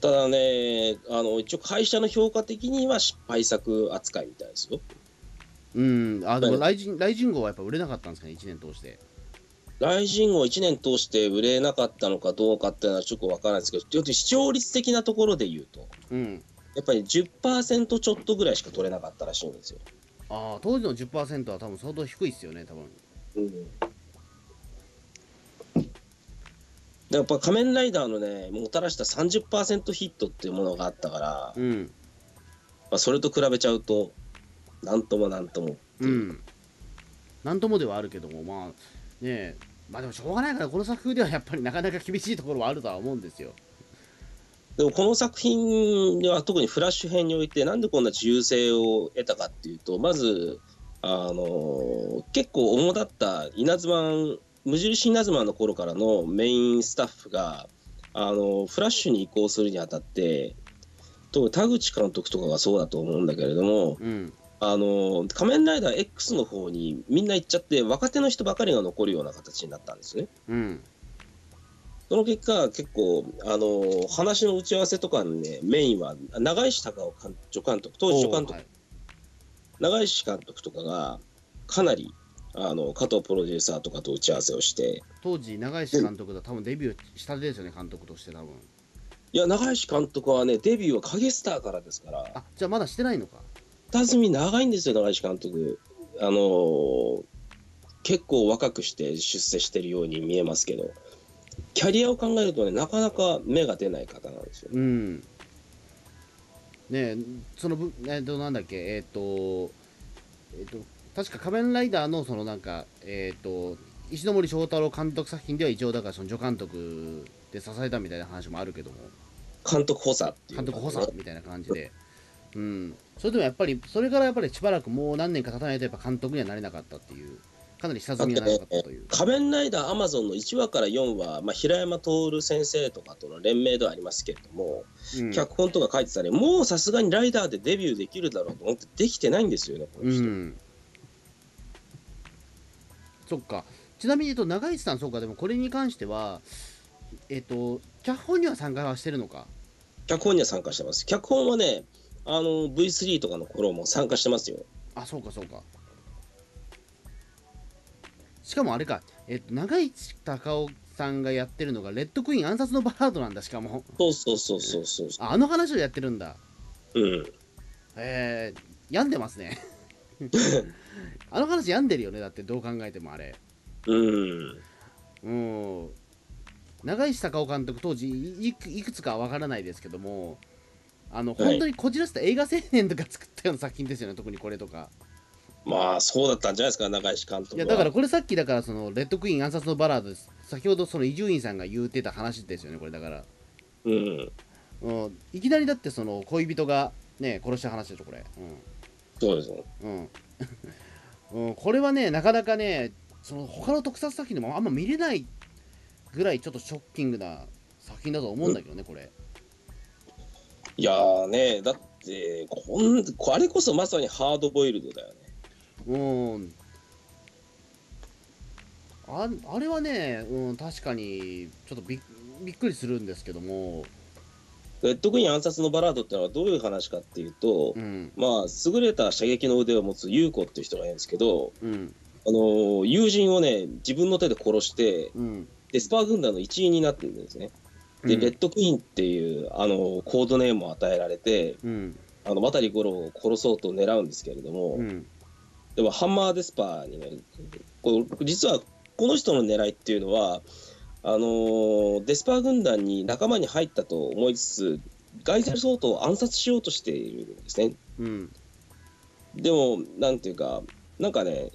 S3: ただね、あの一応、会社の評価的には失敗作扱いみたいですよ。
S2: うんあでも
S3: は
S2: 雷神雷神号はやっぱ売れなかったんですかね1年通して
S3: 雷神号1年通して売れなかったのかどうかっていうのはちょっとわからないですけど、ちょっと視聴率的なところで言うと、
S2: うん
S3: やっぱり10%ちょっとぐらいしか取れなかったらしいんですよ。
S2: ああ当時の10%は多分相当低いっすよね多分
S3: うんでやっぱ仮面ライダーのね、もたらした30%ヒットっていうものがあったから、ま
S2: うん
S3: あ、それと比べちゃうと、なんともなんともって
S2: う
S3: いう、
S2: ん、なんともではあるけども、まあねえ、まあでもしょうがないから、この作風ではやっぱりなかなか厳しいところはあるとは思うんですよ。
S3: でもこの作品では特にフラッシュ編においてなんでこんな自由性を得たかっていうとまずあの結構主だった稲妻無印稲妻の頃からのメインスタッフがあのフラッシュに移行するにあたって特に田口監督とかがそうだと思うんだけれども
S2: うん、
S3: あの仮面ライダー X の方にみんな行っちゃって若手の人ばかりが残るような形になったんですね。
S2: うん、
S3: その結果、結構、あのー話の打ち合わせとかにね、メインは、長石隆夫監助監督、当時助監督、
S2: はい
S3: 長石監督とかが、かなり、あの、加藤プロデューサーとかと打ち合わせをして、
S2: 当時、長石監督だ、多分デビューしたてですよね、監督として、多分
S3: いや、長石監督はね、デビューは影スターからですから、
S2: あじゃあまだしてないのか。
S3: 下積み長いんですよ、長石監督。あのー結構若くして出世してるように見えますけど、キャリアを考えるとね、なかなか芽が出ない方なんですよ。
S2: うん。ねえ、そのぶ、えっ、と、なんだっけ、えっ、と、えっ、と、確か仮面ライダーの、そのなんか、えっ、と、石ノ森章太郎監督作品では一応、だから、その助監督で支えたみたいな話もあるけども、
S3: 監督補佐っていう
S2: 監
S3: のか
S2: 督
S3: な。
S2: 補佐みたいな感じで、うん。それでもやっぱり、それからやっぱりしばらくもう何年か経たないと、やっぱ監督にはなれなかったっていう。かなり下積みが長かったという。
S3: 仮面ライダーアマゾンの1話から4話、まあ、平山徹先生とかとの連名ではありますけれども、
S2: うん
S3: 脚本とか書いてたら、もうさすがにライダーでデビューできるだろうと思って、できてないんですよね、こ
S2: う
S3: の人。
S2: ん、そっかちなみに、えっと、長市さんそうかでもこれに関してはえっと脚本には参加はしてるのか
S3: 脚本には参加してます。脚本はね、あの V3 とかの頃も参加してますよ。
S2: あそうかそうかしかもあれか、えっと、長市隆夫さんがやってるのがレッドクイーン暗殺のバラードなんだしかも
S3: そうそうそうそうそう。
S2: ああの話をやってるんだ
S3: うん。
S2: えー、病んでます
S3: [LAUGHS]
S2: ねあの話病んでるよねだってどう考えてもあれ
S3: うん。
S2: うん長石隆夫監督当時いいくいくつかわからないですけどもあの、
S3: はい
S2: 本当にこじらせた映画青年とか作ったような作品ですよね特にこれとか
S3: まあ、そうだったんじゃないですか、中石監督は。
S2: いやだからこれさっきだからそのレッドクイーン暗殺のバラードです先ほどその伊集院さんが言うてた話ですよねこれだから、
S3: うん。
S2: うん、いきなりだってその恋人がね殺した話でしょこれ
S3: そうですよ。
S2: うん、 [LAUGHS] うんうん、これはねなかなかねその他の特撮作品でもあんま見れないぐらいちょっとショッキングな作品だと思うんだけどねこれ
S3: いやーね、だってこん、こあれこそまさにハードボイルドだよね。
S2: うん。ああれはね、うん、確かにちょっとびっびっくりするんですけども、
S3: レッドクイーン暗殺のバラードってのはどういう話かっていうと、
S2: うん、
S3: まあ、優れた射撃の腕を持つ優子っていう人がいるんですけど、
S2: うん、
S3: あのー友人をね、自分の手で殺して、
S2: うん、
S3: で、スパー軍団の一員になってるんですね。で、
S2: うん
S3: レッドクイーンっていう、あのーコードネームを与えられて、
S2: うん、
S3: あの、渡り五郎を殺そうと狙うんですけれども、
S2: うん、
S3: でもハンマーデスパーにね、こう実はこの人の狙いっていうのは、あのーデスパー軍団に仲間に入ったと思いつつ、ガイゼル総統を暗殺しようとしているんですね。
S2: うん、
S3: でも、なんていうか、なんかね、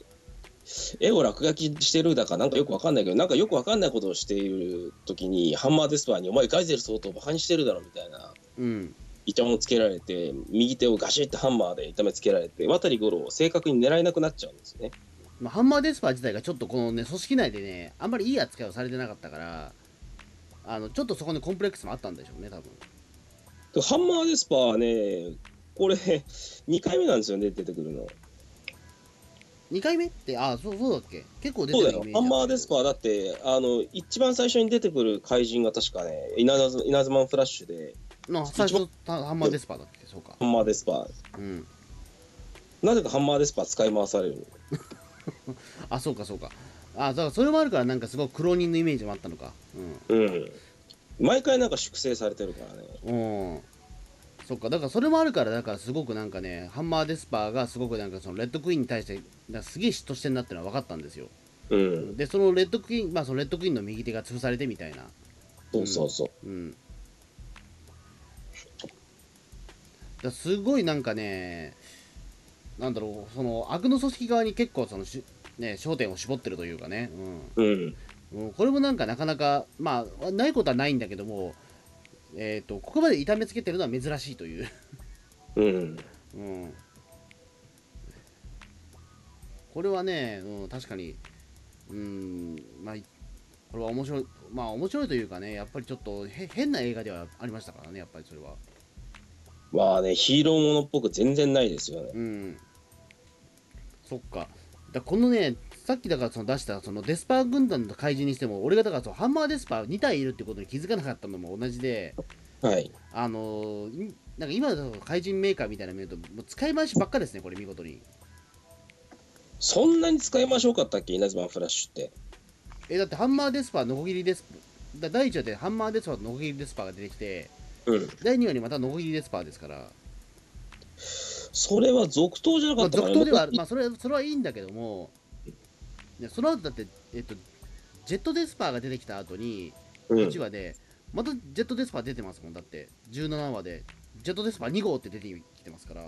S3: 絵を落書きしてるだか、なんかよくわかんないけど、なんかよくわかんないことをしているときに、ハンマーデスパーに、お前、ガイゼル総統をバカにしてるだろみたいな
S2: うん、
S3: イチャモンつけられて、右手をガシッとハンマーで痛めつけられて、渡り五郎を正確に狙えなくなっちゃうんですよね。
S2: まあ、ハンマーデスパー自体がちょっとこのね、組織内でね、あんまりいい扱いをされてなかったから、あのちょっとそこにコンプレックスもあったんでしょうね、多分
S3: ハンマーデスパーはね、これ、2回目なんですよね、出てくるの。
S2: 2回目って、あそうそうだっけ、結構出
S3: そう
S2: て
S3: だ
S2: るイメ
S3: よ
S2: ージ、
S3: ハンマーデス
S2: すか
S3: パーだって、あの、一番最初に出てくる怪人が確かね、稲妻稲妻フラッシュで、
S2: まあ最初、たハンマーデスパーだっけ、そうか。
S3: ハンマーデスパー。
S2: うん
S3: なぜかハンマーデスパー使い回される。
S2: あそうかそうかあだからそれもあるからなんかすごい苦労人のイメージもあったのか
S3: うん。毎回なんか粛清されてるからね。
S2: うん、うん、そっかだからそれもあるからだからすごくなんかねハンマーデスパーがすごくなんかそのレッドクイーンに対してなんかすげえ嫉妬してんなってのは分かったんですよ
S3: うん。
S2: でそのレッドクイーンまあそのレッドクイーンの右手が潰されてみたいな
S3: そうそうそう。
S2: うんだからすごいなんかねなんだろうその悪の組織側に結構そのしね焦点を絞ってるというかねうん
S3: うん。
S2: うん、これもなんかなかなかまあないことはないんだけどもえっ、とここまで痛めつけてるのは珍しいという、
S3: うん。
S2: うん、これはね、うん、確かにうんまあこれは面白いまあ面白いというかねやっぱりちょっとへ変な映画ではありましたからねやっぱりそれは
S3: まあね、ヒーローものっぽく全然ないですよね。
S2: うんそっかだこのねさっきだからその出したそのデスパー軍団の怪人にしても俺がだからそのハンマーデスパー2体いるってことに気づかなかったのも同じで
S3: はい。
S2: あのーいなんか今の怪人メーカーみたいなの見ると、もう使い回しばっかですね、これ、見事に。
S3: そんなに使いましょうかったっけ、稲妻フラッシュって。
S2: え、だってハンマーデスパー、ノコギリデスだ第1話でハンマーデスパーとノコギリデスパーが出てきて、
S3: うん。
S2: 第2話にまたノコギリデスパーですから、
S3: それは続投じゃな
S2: ま
S3: か
S2: あ、
S3: ったかな
S2: 続投ではある、まあそれは、それはいいんだけども、ね、その後だって、えっと、ジェットデスパーが出てきた後に、
S3: うん
S2: 1話で、またジェットデスパー出てますもん、だって、17話で、ジェットデスパー2号って出てきてますから、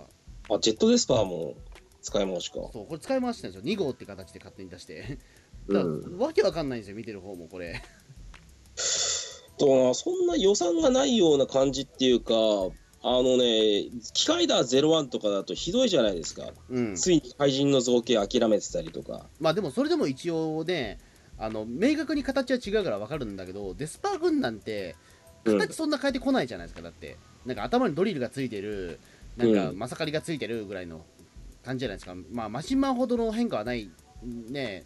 S3: あ、ジェットデスパーも使い回しか。
S2: そう、これ使い回してるんですよ、2号って形で勝手に出して。
S3: う
S2: だから
S3: ん。
S2: わけわかんないんですよ、見てる方もこれ。
S3: となそんな予算がないような感じっていうか、あのね、機械だ01とかだとひどいじゃないですか。
S2: うん、
S3: ついに怪人の造形諦めてたりとか。
S2: まあでもそれでも一応ねあの明確に形は違うから分かるんだけどデスパー軍なんて
S3: うん
S2: 形そんな変えてこないじゃないですかだってなんか頭にドリルがついてるなんか
S3: うん
S2: マサカリがついてるぐらいの感じじゃないですかまあマシンマンほどの変化はないね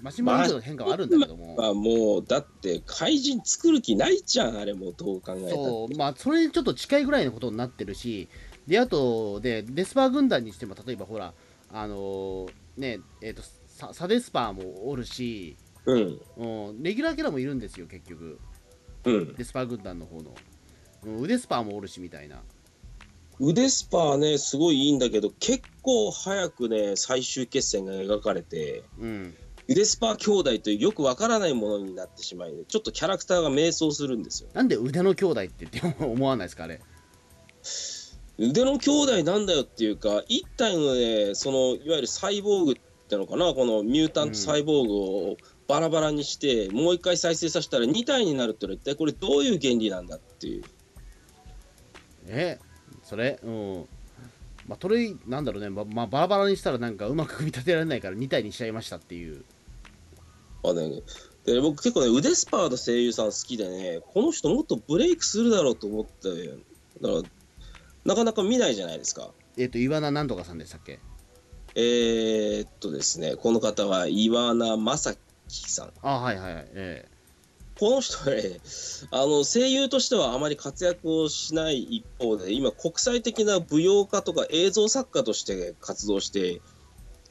S2: マシンマンほどの変化はあるんだけども、
S3: まあもう、だって怪人作る気ないじゃん、あれもうどう考えたって。
S2: そうまあそれにちょっと近いぐらいのことになってるしであとでデスパー軍団にしても例えばほらあのねえっ、とササデスパーもおるし
S3: うん。
S2: うん、レギュラーキャラもいるんですよ、結局。
S3: うん。
S2: デスパー軍団の方の。うん、腕スパーもおるしみたいな。
S3: 腕スパーね、すごいいいんだけど、結構早くね、最終決戦が描かれて、
S2: うん。
S3: 腕スパー兄弟というよくわからないものになってしまいね、ちょっとキャラクターが迷走するんですよ。
S2: なんで腕の兄弟って言っても思わないですか、あれ。
S3: 腕の兄弟なんだよっていうか、一体のね、その、いわゆるサイボーグってのかな、このミュータントサイボーグをバラバラにして、もう一回再生させたら2体になるってのは一体これどういう原理なんだっていう。
S2: えそれうん。まあ、それ、なんだろうね、ままあ、バラバラにしたらなんかうまく組み立てられないから2体にしちゃいましたっていう。
S3: あね、で僕結構ね腕スパーの声優さん好きでねこの人もっとブレイクするだろうと思ってだからなかなか見ないじゃないですか
S2: えっ、と、岩名なんとかさんでしたっけ
S3: えー、っとですねこの方は岩名正樹さん
S2: あはいはいはい。え
S3: この人ねあの声優としてはあまり活躍をしない一方で今国際的な舞踊家とか映像作家として活動して
S2: え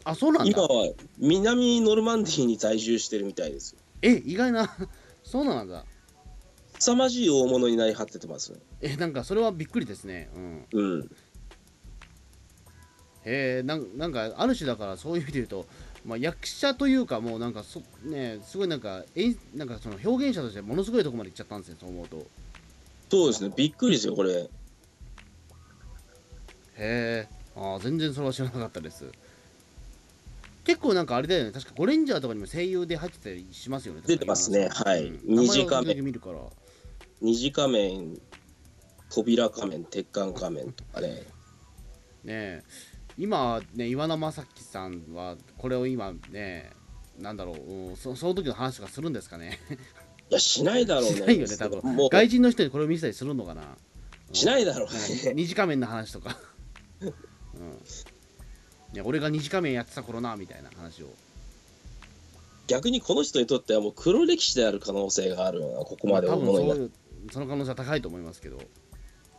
S2: あ、そうなん
S3: 今
S2: だ。
S3: は南ノルマンディーに在住してるみたいです
S2: え、意外な。 [LAUGHS] そうなんだ。
S3: 凄まじい大物になり果ててます
S2: え、なんかそれはびっくりですね。うん。
S3: うん
S2: へえなんなんかある種だからそういう意味で言うと、まあ、役者というかもうなんかそねすごいなんか演なんかその表現者としてものすごいとこまで行っちゃったんですよそう思うとへ
S3: そうですね、びっくりですよ、これ。
S2: えあー全然それは知らなかったです結構なんかあれだよね確かゴレンジャーとかにも声優で入ってたりしますよね
S3: 出てますね
S2: 確か
S3: はい
S2: うん
S3: 二次仮面
S2: 名前を時々見るから
S3: 二次仮面、扉仮面、鉄管仮面とかね。
S2: ねえ今ね岩名正樹さんはこれを今ねなんだろう、うん、そその時の話とかするんですかね
S3: いや、しないだろうね。
S2: しないよね多分
S3: もう、
S2: 外人の人にこれを見せたりするのかな
S3: しないだろう
S2: うん
S3: ね。
S2: [LAUGHS] 二次仮面の話とか、うん、いや俺が二次仮面やってた頃なみたいな話を
S3: 逆にこの人にとってはもう黒歴史である可能性があるよな、ここまで
S2: 多
S3: 大
S2: 分
S3: 物に
S2: そ
S3: な
S2: う
S3: っ
S2: いうその可能性は高いと思いますけど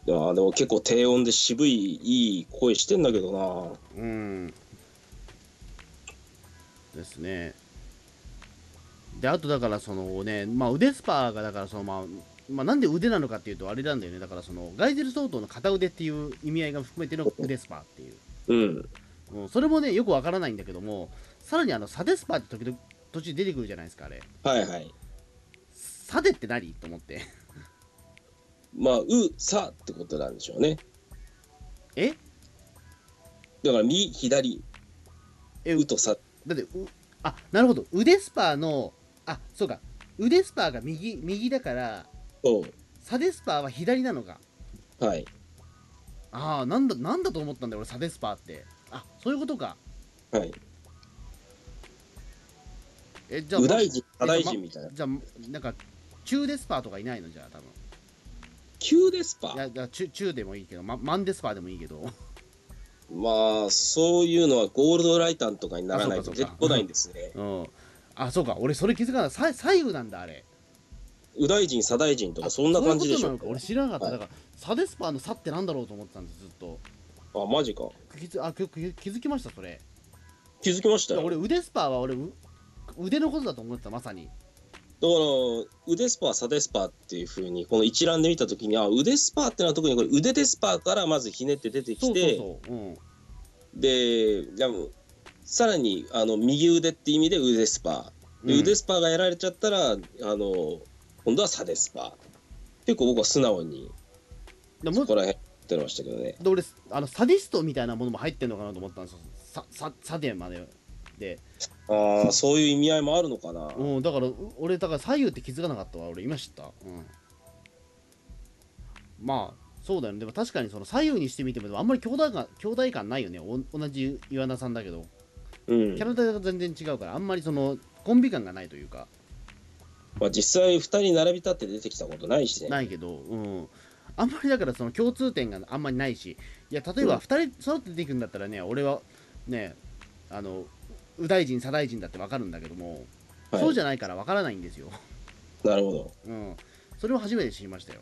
S3: て。ああでも結構低音で渋い、いい声してんだけどな。
S2: うんですねであとだからそのねまあ腕スパーがだからそのまあまあ、なんで腕なのかっていうとあれなんだよねだからそのガイゼル相当の片腕っていう意味合いが含めての腕スパーっていう
S3: うん。
S2: うん、それもねよくわからないんだけどもさらにあのサデスパーって時々途中出てくるじゃないですかあれ
S3: はいはい。
S2: サデって何と思って
S3: まあ、う、さってことなんでしょうね。
S2: え
S3: だから右、左、
S2: え
S3: うとさ。
S2: だってうあなるほど腕スパーのあそうか腕スパーが右右だから
S3: と
S2: サデスパーは左なのか
S3: はい。
S2: ああなんだなんだと思ったんだよ俺サデスパーってあそういうことか
S3: はい。
S2: えじゃあ
S3: 右大臣、
S2: ま
S3: 左大臣みたいな。
S2: じゃあなんか中デスパーとかいないのじゃあ多分
S3: 急ですか
S2: いやいや中中でもいいけど、ま、マンデスパーでもいいけど
S3: まあそういうのはゴールドライタンとかにならない
S2: あそ
S3: と
S2: うかそう
S3: 出
S2: か
S3: てこないんですね。
S2: うんあそうか俺それ気づかなかったさ左右なんだあれ
S3: 右大臣、左大臣とかそんな感じでし
S2: そうい
S3: ょ
S2: うことなのか俺知らなかった、
S3: はい
S2: だからサデスパーの差ってなんだろうと思ってたんですずっと
S3: あ、マジか。
S2: 気づあ気づ気づきましたそれ
S3: 気づきまし
S2: い
S3: た
S2: や
S3: よ。だか
S2: 俺腕スパーは俺う腕のことだと思ってたまさに
S3: ら、腕スパー、サデスパーっていうふうに、この一覧で見たときに、あ、腕スパーってのは特にこれ、腕デスパーからまずひねって出て
S2: そ
S3: き
S2: うそう
S3: て、
S2: そう、うん、
S3: で、でもさらにあの右腕って意味で腕スパー。で
S2: うん
S3: 腕スパーがやられちゃったら、あの、今度はサデスパー。結構僕は素直に、
S2: でも
S3: そこ
S2: う
S3: ら辺やってましたけどね。
S2: で俺あのサディストみたいなものも入ってんのかなと思ったんですよサササデンまでで、
S3: ああ、そういう意味合いもあるのかな。
S2: うん、だからう俺だから左右って気づかなかったわ俺今知った、うん、まあそうだよねでも確かにその左右にしてみてもあんまり兄弟感兄弟感ないよねお同じ岩名さんだけど
S3: うん
S2: キャラクターが全然違うからあんまりそのコンビ感がないというか
S3: まあ、実際2人並び立って出てきたことないしね
S2: ないけど、うん、あんまりだからその共通点があんまりないしいや例え
S3: う
S2: ば
S3: ん
S2: 2人揃って出てくるんだったらね俺はねあの右大臣左大臣だって分かるんだけども、
S3: はい
S2: そうじゃないから分からないんですよ、
S3: なるほど
S2: うん、それを初めて知りましたよ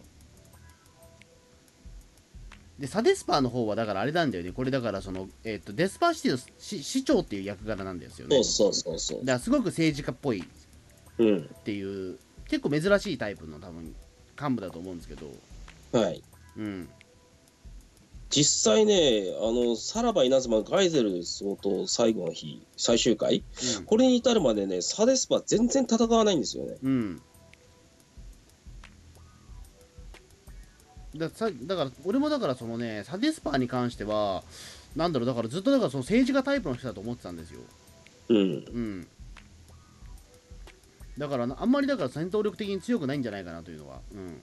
S2: でサデスパーの方はだからあれなんだよねこれだからその、えっとデスパーシティの市市長っていう役柄なんですよね
S3: そうそうそうそ
S2: だからすごく政治家っぽいっ
S3: ううん
S2: ていう結構珍しいタイプの多分幹部だと思うんですけど
S3: はい
S2: うん
S3: 実際ねあのさらば稲妻ガイゼル総統最後の日最終回これに至るまでねサデスパ全然戦わないんですよね
S2: うん、うん、ださだから俺もだからそのねサディスパーに関してはなんだろうだからずっとだからその政治家タイプの人だと思ってたんですよ
S3: うん
S2: うんだからなあんまりだから戦闘力的に強くないんじゃないかなというのはうん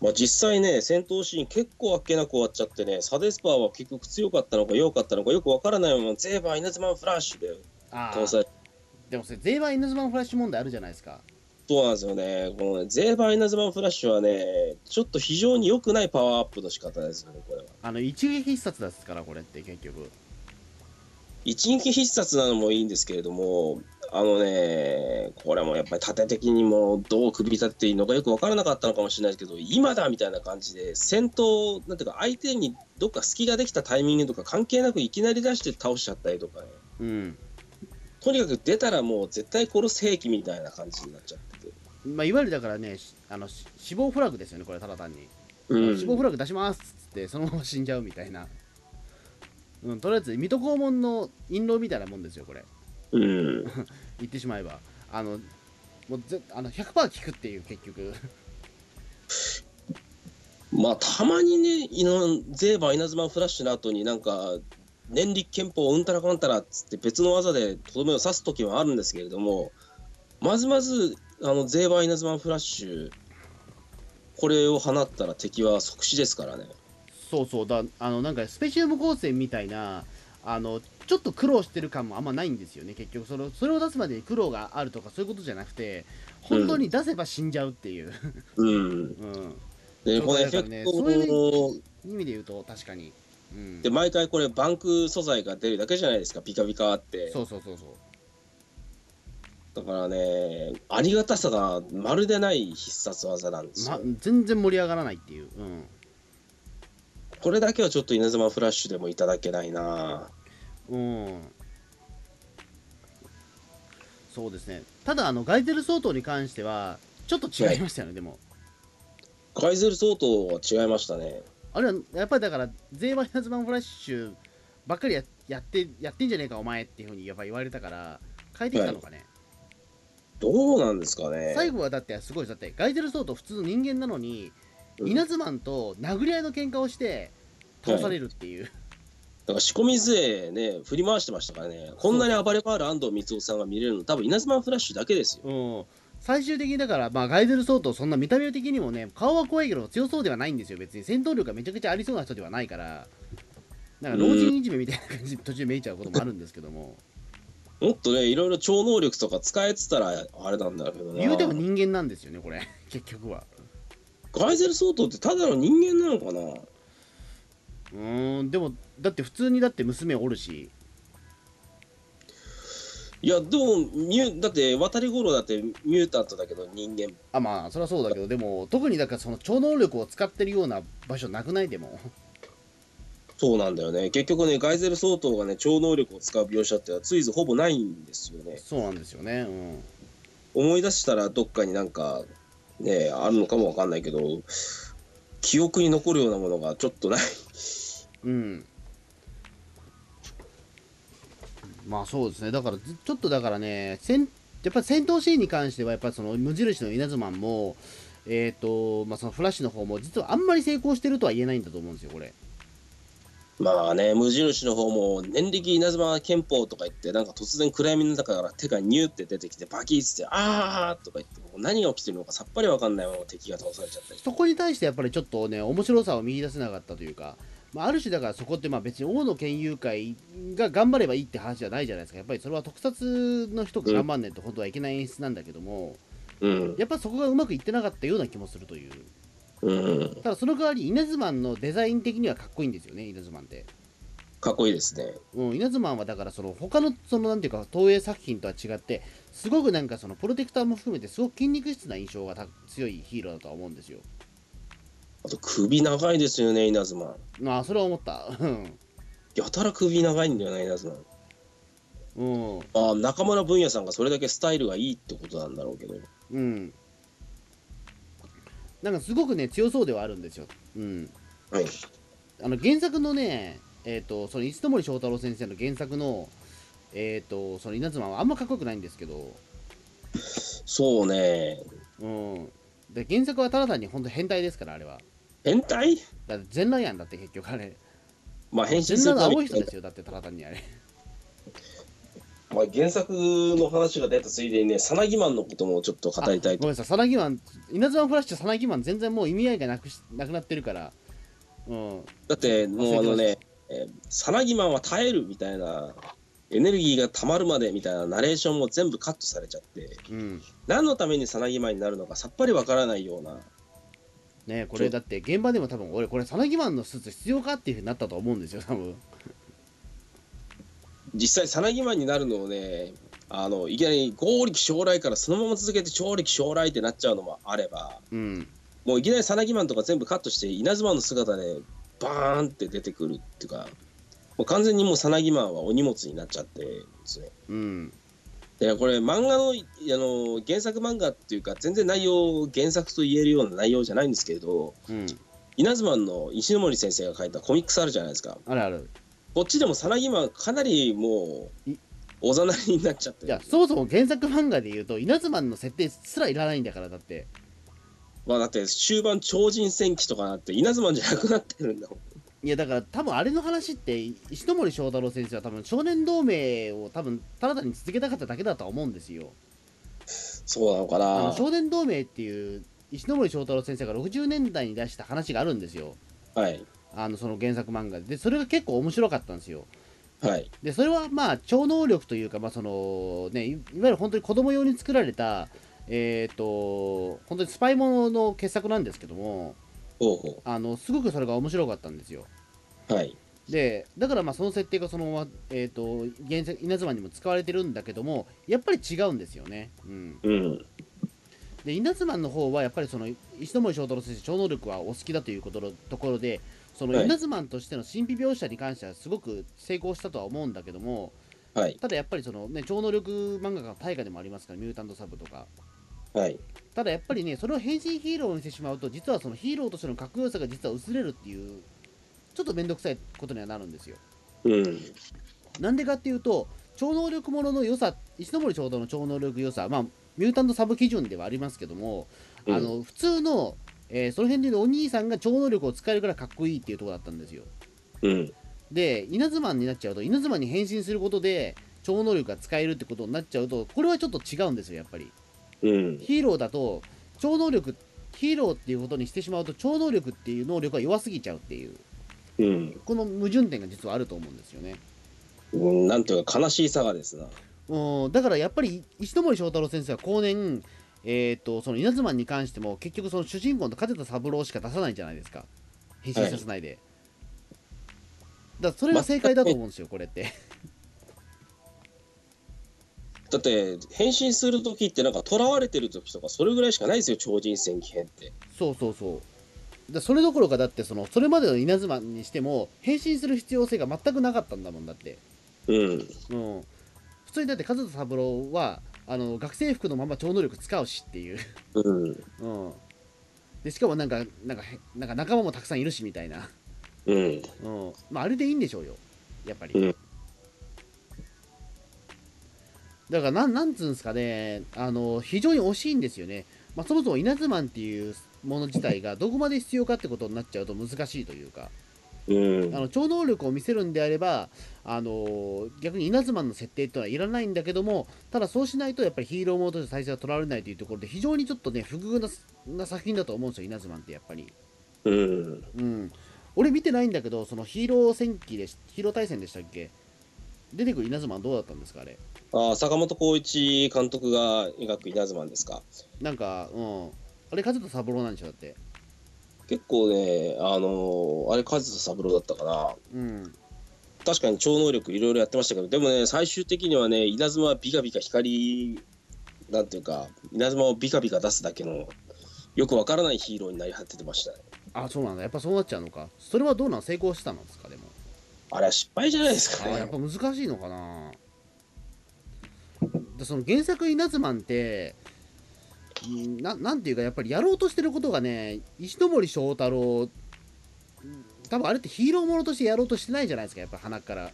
S3: まあ、実際ね、戦闘シーン結構あっけなく終わっちゃってね、サデスパーは結局強かったのか弱かったのかよくわからないまま、ゼーバー、イナズマンフラッシュで
S2: あ
S3: 倒さ
S2: あ
S3: れ
S2: でもそれ税は稲妻のフラッシュ問題あるじゃないですか
S3: そうなんですよね。このね、ゼーバー、イナズマンフラッシュはね、ちょっと非常に良くないパワーアップの仕方ですよね、これは。
S2: あの一撃必殺ですからこれって結局
S3: 一撃必殺なのもいいんですけれども、あのね、これもやっぱり縦的にもどう組み立てていいのかよくわからなかったのかもしれないですけど、今だみたいな感じで、戦闘、なんていうか、相手にどっか隙ができたタイミングとか関係なくいきなり出して倒しちゃったりとかね。
S2: うん
S3: とにかく出たらもう絶対殺す兵器みたいな感じになっちゃってて。
S2: まあ、いわゆるだからねしあのし死亡フラグですよねこれただ単に、死亡フラグ出しますっつってそのまま死んじゃうみたいな、うん、とりあえず水戸黄門の印籠みたいなもんですよこれ
S3: う
S2: 言
S3: ん、
S2: ってしまえばあのもうぜあの100%効くっていう結局
S3: まあたまにね、いのゼーバー稲妻フラッシュの後になんか、念力憲法うんたらかんたらっつって別の技でとどめを刺す時はあるんですけれども、まずまずあのゼーバー稲妻フラッシュ、これを放ったら敵は即死ですからね。
S2: そうそうだあのなんかスペシウム光線みたいなあのちょっと苦労してる感もあんまないんですよね結局それをそれを出すまでに苦労があるとかそういうことじゃなくて本当に出せば死んじゃうっていう、
S3: うん、
S2: うん、
S3: でこのエフ
S2: そうだ
S3: ェ
S2: よ
S3: ク
S2: ね
S3: ト
S2: そうい
S3: を
S2: 意味で言うと確かに、うん
S3: で、毎回これバンク素材が出るだけじゃないですかピカピカって
S2: そうそうそうそう
S3: だからね、ありがたさがまるでない必殺技なんです
S2: ま
S3: よ。、
S2: 全然盛り上がらないっていう、うん、
S3: これだけはちょっと稲妻フラッシュでもいただけないな。
S2: うん、そうですね、ただ、あのガイゼル相当に関しては、ちょっと違いましたよね、でも、
S3: ガイゼル相当は違いましたね。
S2: あれはやっぱりだから、ゼーバイナズマンフラッシュばっかりややってやってんじゃねえか、お前っていうふうにやっぱ言われたから、変えてきたのかね、
S3: どうなんですかね。
S2: 最後はだって、すごい、だって、ガイゼル相当、普通の人間なのに、
S3: うん
S2: 稲妻と殴り合いの喧嘩をして、倒されるっていう、
S3: だから仕込み杖ね、振り回してましたからね。こんなに暴れ回る安藤光雄さんが見れるの、多分稲妻フラッシュだけですよ。
S2: うん、最終的にだから、まあ、ガイゼル相当そんな見た目的にもね顔は怖いけど強そうではないんですよ別に戦闘力がめちゃくちゃありそうな人ではないからなんか老人いじめみたいな感じで途中で見えちゃうこともあるんですけども
S3: もっとね、いろいろ超能力とか使えてたらあれなんだけどな。
S2: 言うても人間なんですよねこれ [LAUGHS] 結局は
S3: ガイゼル相当ってただの人間なのかな
S2: うーんでもだって普通にだって娘おるし
S3: いや、でもミュ、だって渡り頃だってミュータントだけど人間
S2: あまあそりゃそうだけどでも特にだからその超能力を使ってるような場所なくないでも
S3: そうなんだよね結局ねガイゼル相当がね超能力を使う描写ってのはついずほぼないんですよね
S2: そうなんですよねうん
S3: 思い出したらどっかになんかねあるのかもわかんないけど記憶に残るようなものがちょっとない [LAUGHS]
S2: うんまあそうですねだからずちょっとだからね戦やっぱり戦闘シーンに関してはやっぱりその無印の稲妻もえっ、とまあそのフラッシュの方も実はあんまり成功してるとは言えないんだと思うんですよこれ
S3: まあね、無印の方も、年力稲妻憲法とか言って、なんか突然暗闇の中から手がニューって出てきて、バキッつって、あーとか言って、もう何が起きてるのかさっぱりわかんないまま敵が倒されちゃったり。
S2: そこに対してやっぱりちょっとね面白さを見出せなかったというか、まあ、ある種だからそこってまあ別に王の研究会が頑張ればいいって話じゃないじゃないですかやっぱりそれは特撮の人が頑張んないと本当はいけない演出なんだけども、
S3: うん。
S2: やっぱそこがうまくいってなかったような気もするという
S3: うん。
S2: ただその代わり稲妻のデザイン的にはかっこいいんですよね稲妻って。
S3: かっこいいですね。
S2: うん、稲妻はだからその他のそのなんていうか投影作品とは違ってすごくなんかそのプロテクターも含めてすごく筋肉質な印象がた強いヒーローだとは思うんですよ。
S3: あと首長いですよね、稲妻。
S2: まあそれは思った。 [LAUGHS] うん
S3: やたら首長いんだよな、稲妻。
S2: うん
S3: まあ、中村文也さんがそれだけスタイルがいいってことなんだろうけど。
S2: うん。なんかすごくね強そうではあるんですよ。うん。
S3: はい。
S2: あの原作のねえっ、とその石森章太郎先生の原作のえっ、とその稲妻はあんまかっこよくないんですけど、
S3: そうね。
S2: うん。で原作はただ単に本当変態ですからあれは。
S3: 変態
S2: だって全裸やんだって結局あれ。
S3: まあ、変身
S2: 全
S3: す
S2: 裸の
S3: るため
S2: 青い
S3: に
S2: 人ですよだってただ単にあれ。
S3: まあ、原作の話が出たついでにね、さなぎマンのこともちょっと語りたい
S2: ごめんなさい、サナギマン、稲妻フラッシュ、サナギマン、全然もう意味合いがなくしなくなってるから、うん、
S3: だってもうあの
S2: 忘れ
S3: ね、えーサナギマンは耐えるみたいな、エネルギーが溜まるまでみたいなナレーションも全部カットされちゃって、
S2: うん、
S3: 何のためにサナギマンになるのかさっぱりわからないような、
S2: ねこれだって現場でも多分、俺、これ、サナギマンのスーツ必要かっていうふうになったと思うんですよ、多分
S3: 実際サナギマンになるのをね、あのいきなり合力将来からそのまま続けて超力将来ってなっちゃうのもあれば、
S2: うん、
S3: もういきなりサナギマンとか全部カットして、稲妻の姿でバーンって出てくるっていうか、もう完全にもうサナギマンはお荷物になっちゃってるんですね。
S2: うん、
S3: でこれ漫画のいあの原作漫画っていうか全然内容原作と言えるような内容じゃないんですけれど
S2: うん、
S3: 稲妻の石森先生が書いたコミックスあるじゃないですか
S2: あるある。
S3: こっちでもさなぎマンかなりもう
S2: い
S3: おざなりになっちゃって
S2: い
S3: る
S2: や、そもそも原作漫画で言うと、稲妻の設定すらいらないんだから、だって、
S3: まあだって終盤超人戦記とかなって稲妻じゃなくなってるんだもん
S2: いや、だから、多分あれの話って、石森章太郎先生は、多分少年同盟を、多分ただ単に続けたかっただけだとは思うんですよ。
S3: そうなのか
S2: あ
S3: な
S2: の少年同盟っていう石森章太郎先生が60年代に出した話があるんですよ
S3: はい
S2: あのその原作漫画ででそれが結構面白かったんですよ
S3: はい
S2: でそれはまあ超能力というか、まあそのね、いいわゆる本当に子供用に作られたえー、と本当にスパイものの傑作なんですけども
S3: ほうほ
S2: あのすごくそれが面白かったんですよ
S3: うはい
S2: でだからまあその設定がそのまま、えー、と原作稲妻にも使われてるんだけどもやっぱり違うんですよね、うん、
S3: うん
S2: で稲妻の方はやっぱりその石森章太郎先生超能力はお好きだということのところでその
S3: はい
S2: 稲妻としての神秘描写に関してはすごく成功したとは思うんだけども
S3: はい
S2: ただやっぱりその、ね、超能力漫画が大河でもありますからミュータントサブとか
S3: はい
S2: ただやっぱりねそれを変身ヒーローにしてしまうと実はそのヒーローとしてのかっこよさが実は薄れるっていうちょっと面倒くさいことにはなるんですよ
S3: うん
S2: なんでかっていうと超能力ものの良さ石森章太の超能力良さまあミュータントサブ基準ではありますけども、
S3: うん
S2: あの普通の、えーその辺でいうお兄さんが超能力を使えるからかっこいいっていうところだったんですよ
S3: うん
S2: で稲妻になっちゃうと稲妻に変身することで超能力が使えるってことになっちゃうとこれはちょっと違うんですよやっぱり
S3: うん
S2: ヒーローだと超能力ヒーローっていうことにしてしまうと超能力っていう能力が弱すぎちゃうっていう
S3: うん
S2: この矛盾点が実はあると思うんですよね
S3: うんなんというか悲しいさがですな
S2: うん、だからやっぱり石森章太郎先生は後年、えー、とその稲妻に関しても結局その主人公の勝田三郎しか出さないじゃないですか変身させないで、だからそれが正解だと思うんですよこれって
S3: だって変身する時ってなんか囚われてる時とかそれぐらいしかないですよ超人戦記編って
S2: そうそうそうだからそれどころかだってそのそれまでの稲妻にしても変身する必要性が全くなかったんだもんだって、
S3: うん
S2: うん、普通にだって勝田三郎はあの学生服のまま超能力使うしっていう、
S3: うん
S2: うん、でしかもなんかなんかへなんか仲間もたくさんいるしみたいな
S3: うん
S2: うん、まああれでいいんでしょうよやっぱり、
S3: うん
S2: だからなんなんつうんですかねあの非常に惜しいんですよね、まあ、そもそも稲妻っていうもの自体がどこまで必要かってことになっちゃうと難しいというか
S3: うん
S2: あの超能力を見せるんであればあのー逆に稲妻の設定っていうのはいらないんだけどもただそうしないとやっぱりヒーローものとして体制が取られないというところで非常にちょっとね不遇なな作品だと思うんですよ稲妻ってやっぱり。
S3: うん
S2: うん、俺見てないんだけどそのヒーロー戦記でしヒーロー対戦でしたっけ出てくる稲妻はどうだったんですかあれ
S3: あー坂本浩一監督が描く稲妻ですか
S2: なんかうんあれ勝田三郎なんでしょだって
S3: 結構ねあのーあれ和田三郎だったかな
S2: うん
S3: 確かに超能力いろいろやってましたけどでもね最終的にはね稲妻はビカビカ光なんていうか稲妻をビカビカ出すだけのよくわからないヒーローになり果ててましたね
S2: あそうなんだやっぱそうなっちゃうのかそれはどうなん成功したんですかでも
S3: あれは失敗じゃないです
S2: あ
S3: か
S2: ー
S3: ね
S2: やっぱ難しいのかなでその原作「稲妻」ってうんななんていうかやっぱりやろうとしてることがね石ノ森章太郎うん多分あれってヒーローものとしてやろうとしてないじゃないですかやっぱ鼻から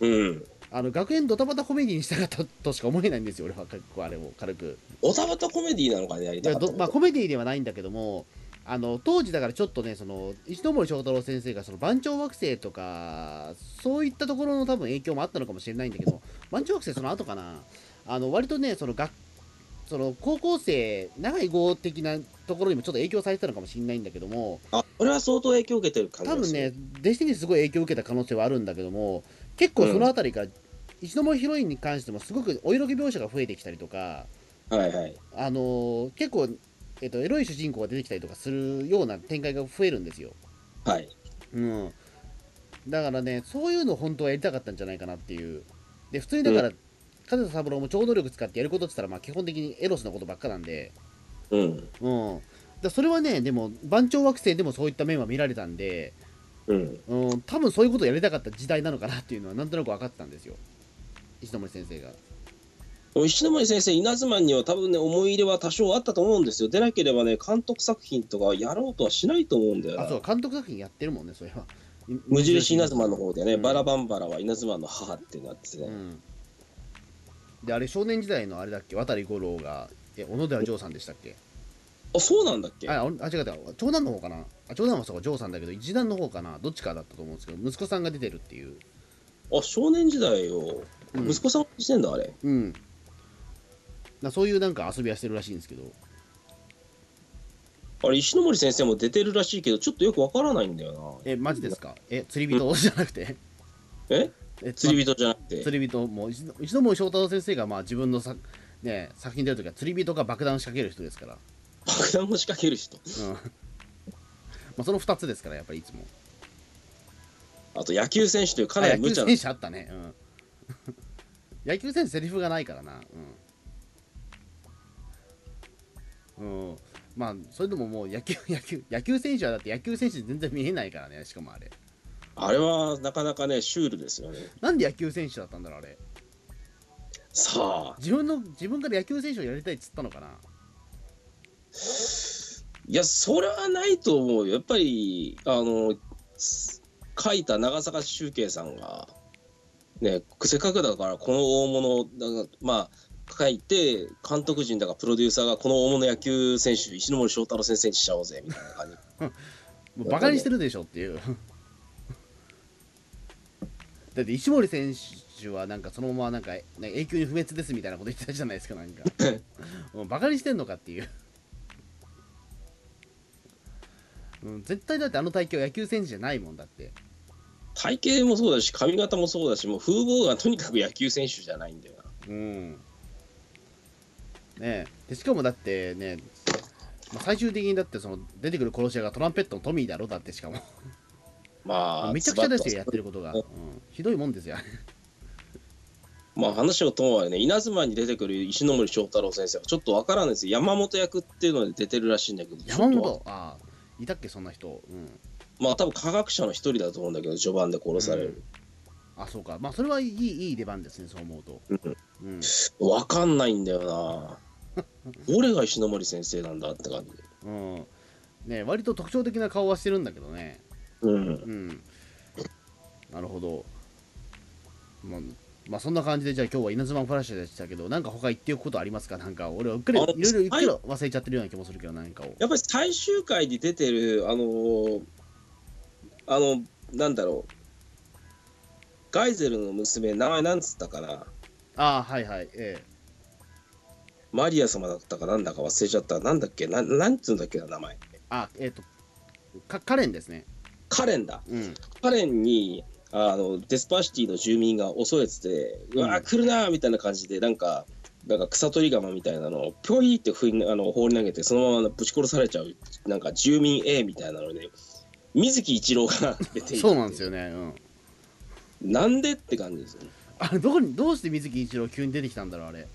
S3: うん
S2: あの学園ドタバタコメディにしたかったとしか思えないんですよ俺は結構あれを軽く
S3: おたばたコメディなのかねやり
S2: だ
S3: た
S2: か
S3: からった
S2: どまあ、コメディではないんだけどもあの当時だからちょっとねその石ノ森章太郎先生がその番長惑星とかそういったところの多分影響もあったのかもしれないんだけど番長惑星その後かなあの割とねその学その高校生長い号的なところにもちょっと影響されてたのかもしれないんだけども
S3: あこれは相当影響を受けてる感じ
S2: 多
S3: で
S2: 分
S3: す
S2: ね弟子にすごい影響を受けた可能性はあるんだけども結構その辺りから、石ノ森ヒロインに関してもすごくお色気描写が増えてきたりとか
S3: はいはい
S2: あのー結構、えっとエロい主人公が出てきたりとかするような展開が増えるんですよ。
S3: はい
S2: うん、だからねそういうの本当はやりたかったんじゃないかなっていう。で普通にだから、金田三郎も超能力使ってやることって言ったら、まあ、基本的にエロスのことばっかなんで、
S3: うん
S2: うん、だそれはねでも番長惑星でもそういった面は見られたんで、
S3: うん
S2: うん、多分そういうことをやりたかった時代なのかなっていうのはなんとなく分かったんですよ石森先生が。
S3: 石森先生、稲妻には多分ね、思い入れは多少あったと思うんですよ。でなければね、監督作品とかやろうとはしないと思うんだよ
S2: あそう
S3: な。
S2: 監督作品やってるもんねそれは。い
S3: 無印稲妻の方でね、
S2: うん
S3: バラバンバラは稲妻の母ってなって
S2: う
S3: ね、
S2: ん、であれ少年時代のあれだっけ渡り五郎がえ小野寺嬢さんでしたっけ
S3: あ、そうなんだっけ
S2: あああ違う違う長男の方かなあ長男はそうか嬢さんだけど一男の方かなどっちかだったと思うんですけど息子さんが出てるっていう
S3: あ、少年時代よ。
S2: うん
S3: 息子さんしてんだ、あれ。
S2: うんなそういうなんか遊びはしてるらしいんですけど
S3: あれ、石森先生も出てるらしいけど、ちょっとよくわからないんだよな。
S2: えマジですかえ釣り人じゃなくて
S3: え
S2: え
S3: 釣り人じゃなくて。
S2: 釣り人もう一度一度も翔太郎先生がまあ自分のさ、ね、作品出るときは釣り人が爆弾を仕掛ける人ですから、
S3: 爆弾を仕掛ける人。
S2: うんまあ、その2つですからやっぱりいつも
S3: あと、野球選手というか
S2: あ
S3: なり
S2: 野
S3: 無
S2: 球
S3: 茶な
S2: 選手あったね、うん [LAUGHS] 野球選手セリフがないからなうん、うん、まあそれでももう野球 [LAUGHS] 野球野球選手はだって野球選手全然見えないからねしかもあれ
S3: あれはなかなかね、シュールですよね。
S2: なんで野球選手だったんだろうあれ
S3: さあ、
S2: 自分の自分から野球選手をやりたいっつったのかない
S3: や、それはないと思うよ。やっぱり、あの、す書いた長坂周慶さんが、ね、せっかくだから、この大物、だからまあ、書いて、監督陣だからプロデューサーが、この大物野球選手、石森章太郎先生にしちゃおうぜ、みたいな感じ。
S2: もうバカにしてるでしょっていう [LAUGHS] だって石森選手はなんかそのままなんかなんか永久に不滅ですみたいなこと言ってたじゃないですかなん [LAUGHS] かもうバカにしてんのかっていう、うん、絶対だってあの体型は野球選手じゃないもんだって
S3: 体型もそうだし、髪型もそうだし、もう風貌がとにかく野球選手じゃないんだよな。
S2: うんねえでしかもだってねまあ最終的にだってその出てくる殺し屋がトランペットのトミーだろだってしかも
S3: まあ、
S2: めちゃくちゃですよやって
S3: る。
S2: ることが、うん、ひどいもんですよ
S3: まあ、話をともあれね、稲妻に出てくる石森章太郎先生は、ちょっとわからないですよ。山本役っていうので出てるらしいんだけど、
S2: 山
S3: ちょっとわ
S2: 本ああいたっけそんな人うん
S3: まあ多分科学者の一人だと思うんだけど序盤で殺される、
S2: あそうかまあそれはいいいい出番ですねそう思うと
S3: うん
S2: うん
S3: わかんないんだよな俺が石森先生なんだって感じ
S2: うんね割と特徴的な顔はしてるんだけどね
S3: うん
S2: うんなるほどまあまあそんな感じでじゃあ今日は稲妻フラッシュでしたけどなんか他言っておくことありますかなんか俺はうっかりい
S3: あ
S2: ろいろうっかり
S3: は
S2: 忘れちゃってるような気もするけど何かを
S3: やっぱり最終回に出てるあのーあのなんだろうガイゼルの娘名前なんつったかな
S2: ああはいはいええ
S3: マリア様だったかなんだか忘れちゃったなんだっけななんつうんだっけな名前
S2: あえっ、とかカレンですね
S3: カレンだ
S2: うん
S3: カレンにあのデスパーシティの住民が襲えてて「うわー来るな」みたいな感じでなんかなんか草取り釜みたいなのをぴょいってふいあの放り投げてそのままぶち殺されちゃうなんか住民 A みたいなので水木一郎が出ている
S2: そうなんですよねうん
S3: なんでって感じですよね
S2: あれどこにどうして水木一郎急に出てきたんだろうあれ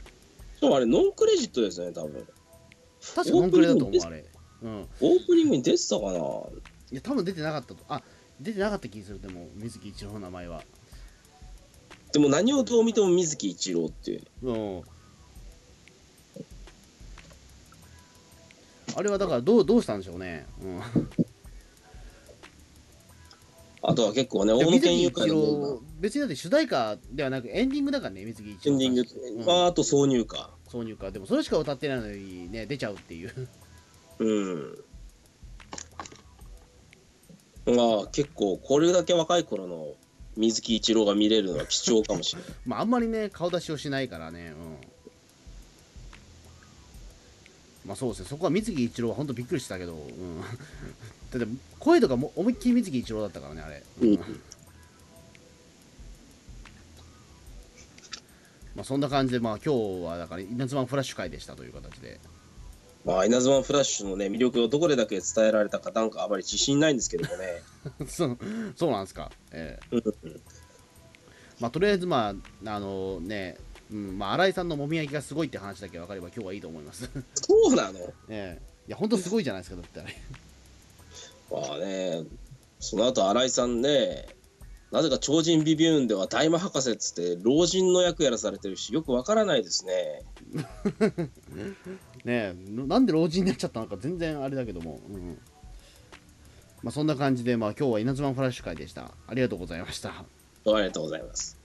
S3: しかもあれノンクレジットですよね多分
S2: 確かノンクレだと思うあれうん
S3: オープニングに出てたかない
S2: や多分出てなかったとあ出てなかった気がするでも水木一郎の名前は
S3: でも何をどう見ても水木一郎っていう
S2: うんあれはだからどうどうしたんでしょうね、うん、
S3: あとは結構ね大
S2: いや
S3: 野
S2: 水
S3: 健
S2: 木
S3: 優
S2: 一
S3: 香の
S2: 郎別にだって主題歌ではなくエンディングだからね水木一
S3: エ
S2: 郎
S3: ンディング、
S2: うん
S3: まああと挿入歌
S2: 挿入歌でもそれしか歌ってないのにね出ちゃうっていう
S3: うん。まあ結構これだけ若い頃の水木一郎が見れるのは貴重かもしれない。
S2: まああんまりね顔出しをしないからねうんまあそうですねそこは水木一郎は本当びっくりしたけど、うん、 [LAUGHS] だって声とかも思いっきり水木一郎だったからねあれ、
S3: うん
S2: まあ、そんな感じでまあ今日はだから稲妻フラッシュ会でしたという形で [LAUGHS]
S3: まあ稲妻フラッシュのね魅力をどこでだけ伝えられたかなんかあまり自信ないんですけどもね。
S2: そうそうなんですか、ええまあ、とりあえず、まああのねうんまあ、新井さんのもみあげがすごいって話だけ分かれば今日はいいと思います、 [LAUGHS]
S3: そうなの
S2: ええいや本当すごいじゃないですかだってあれ
S3: まあねその後新井さんねなぜか超人ビビューンでは大魔博士っつって老人の役やらされてるしよくわからないですね。
S2: ねえなんで老人になっちゃったのか全然あれだけども、うんまあ、そんな感じで、まあ、今日は稲妻フラッシュ会でしたありがとうございました
S3: どうもありがとうございます。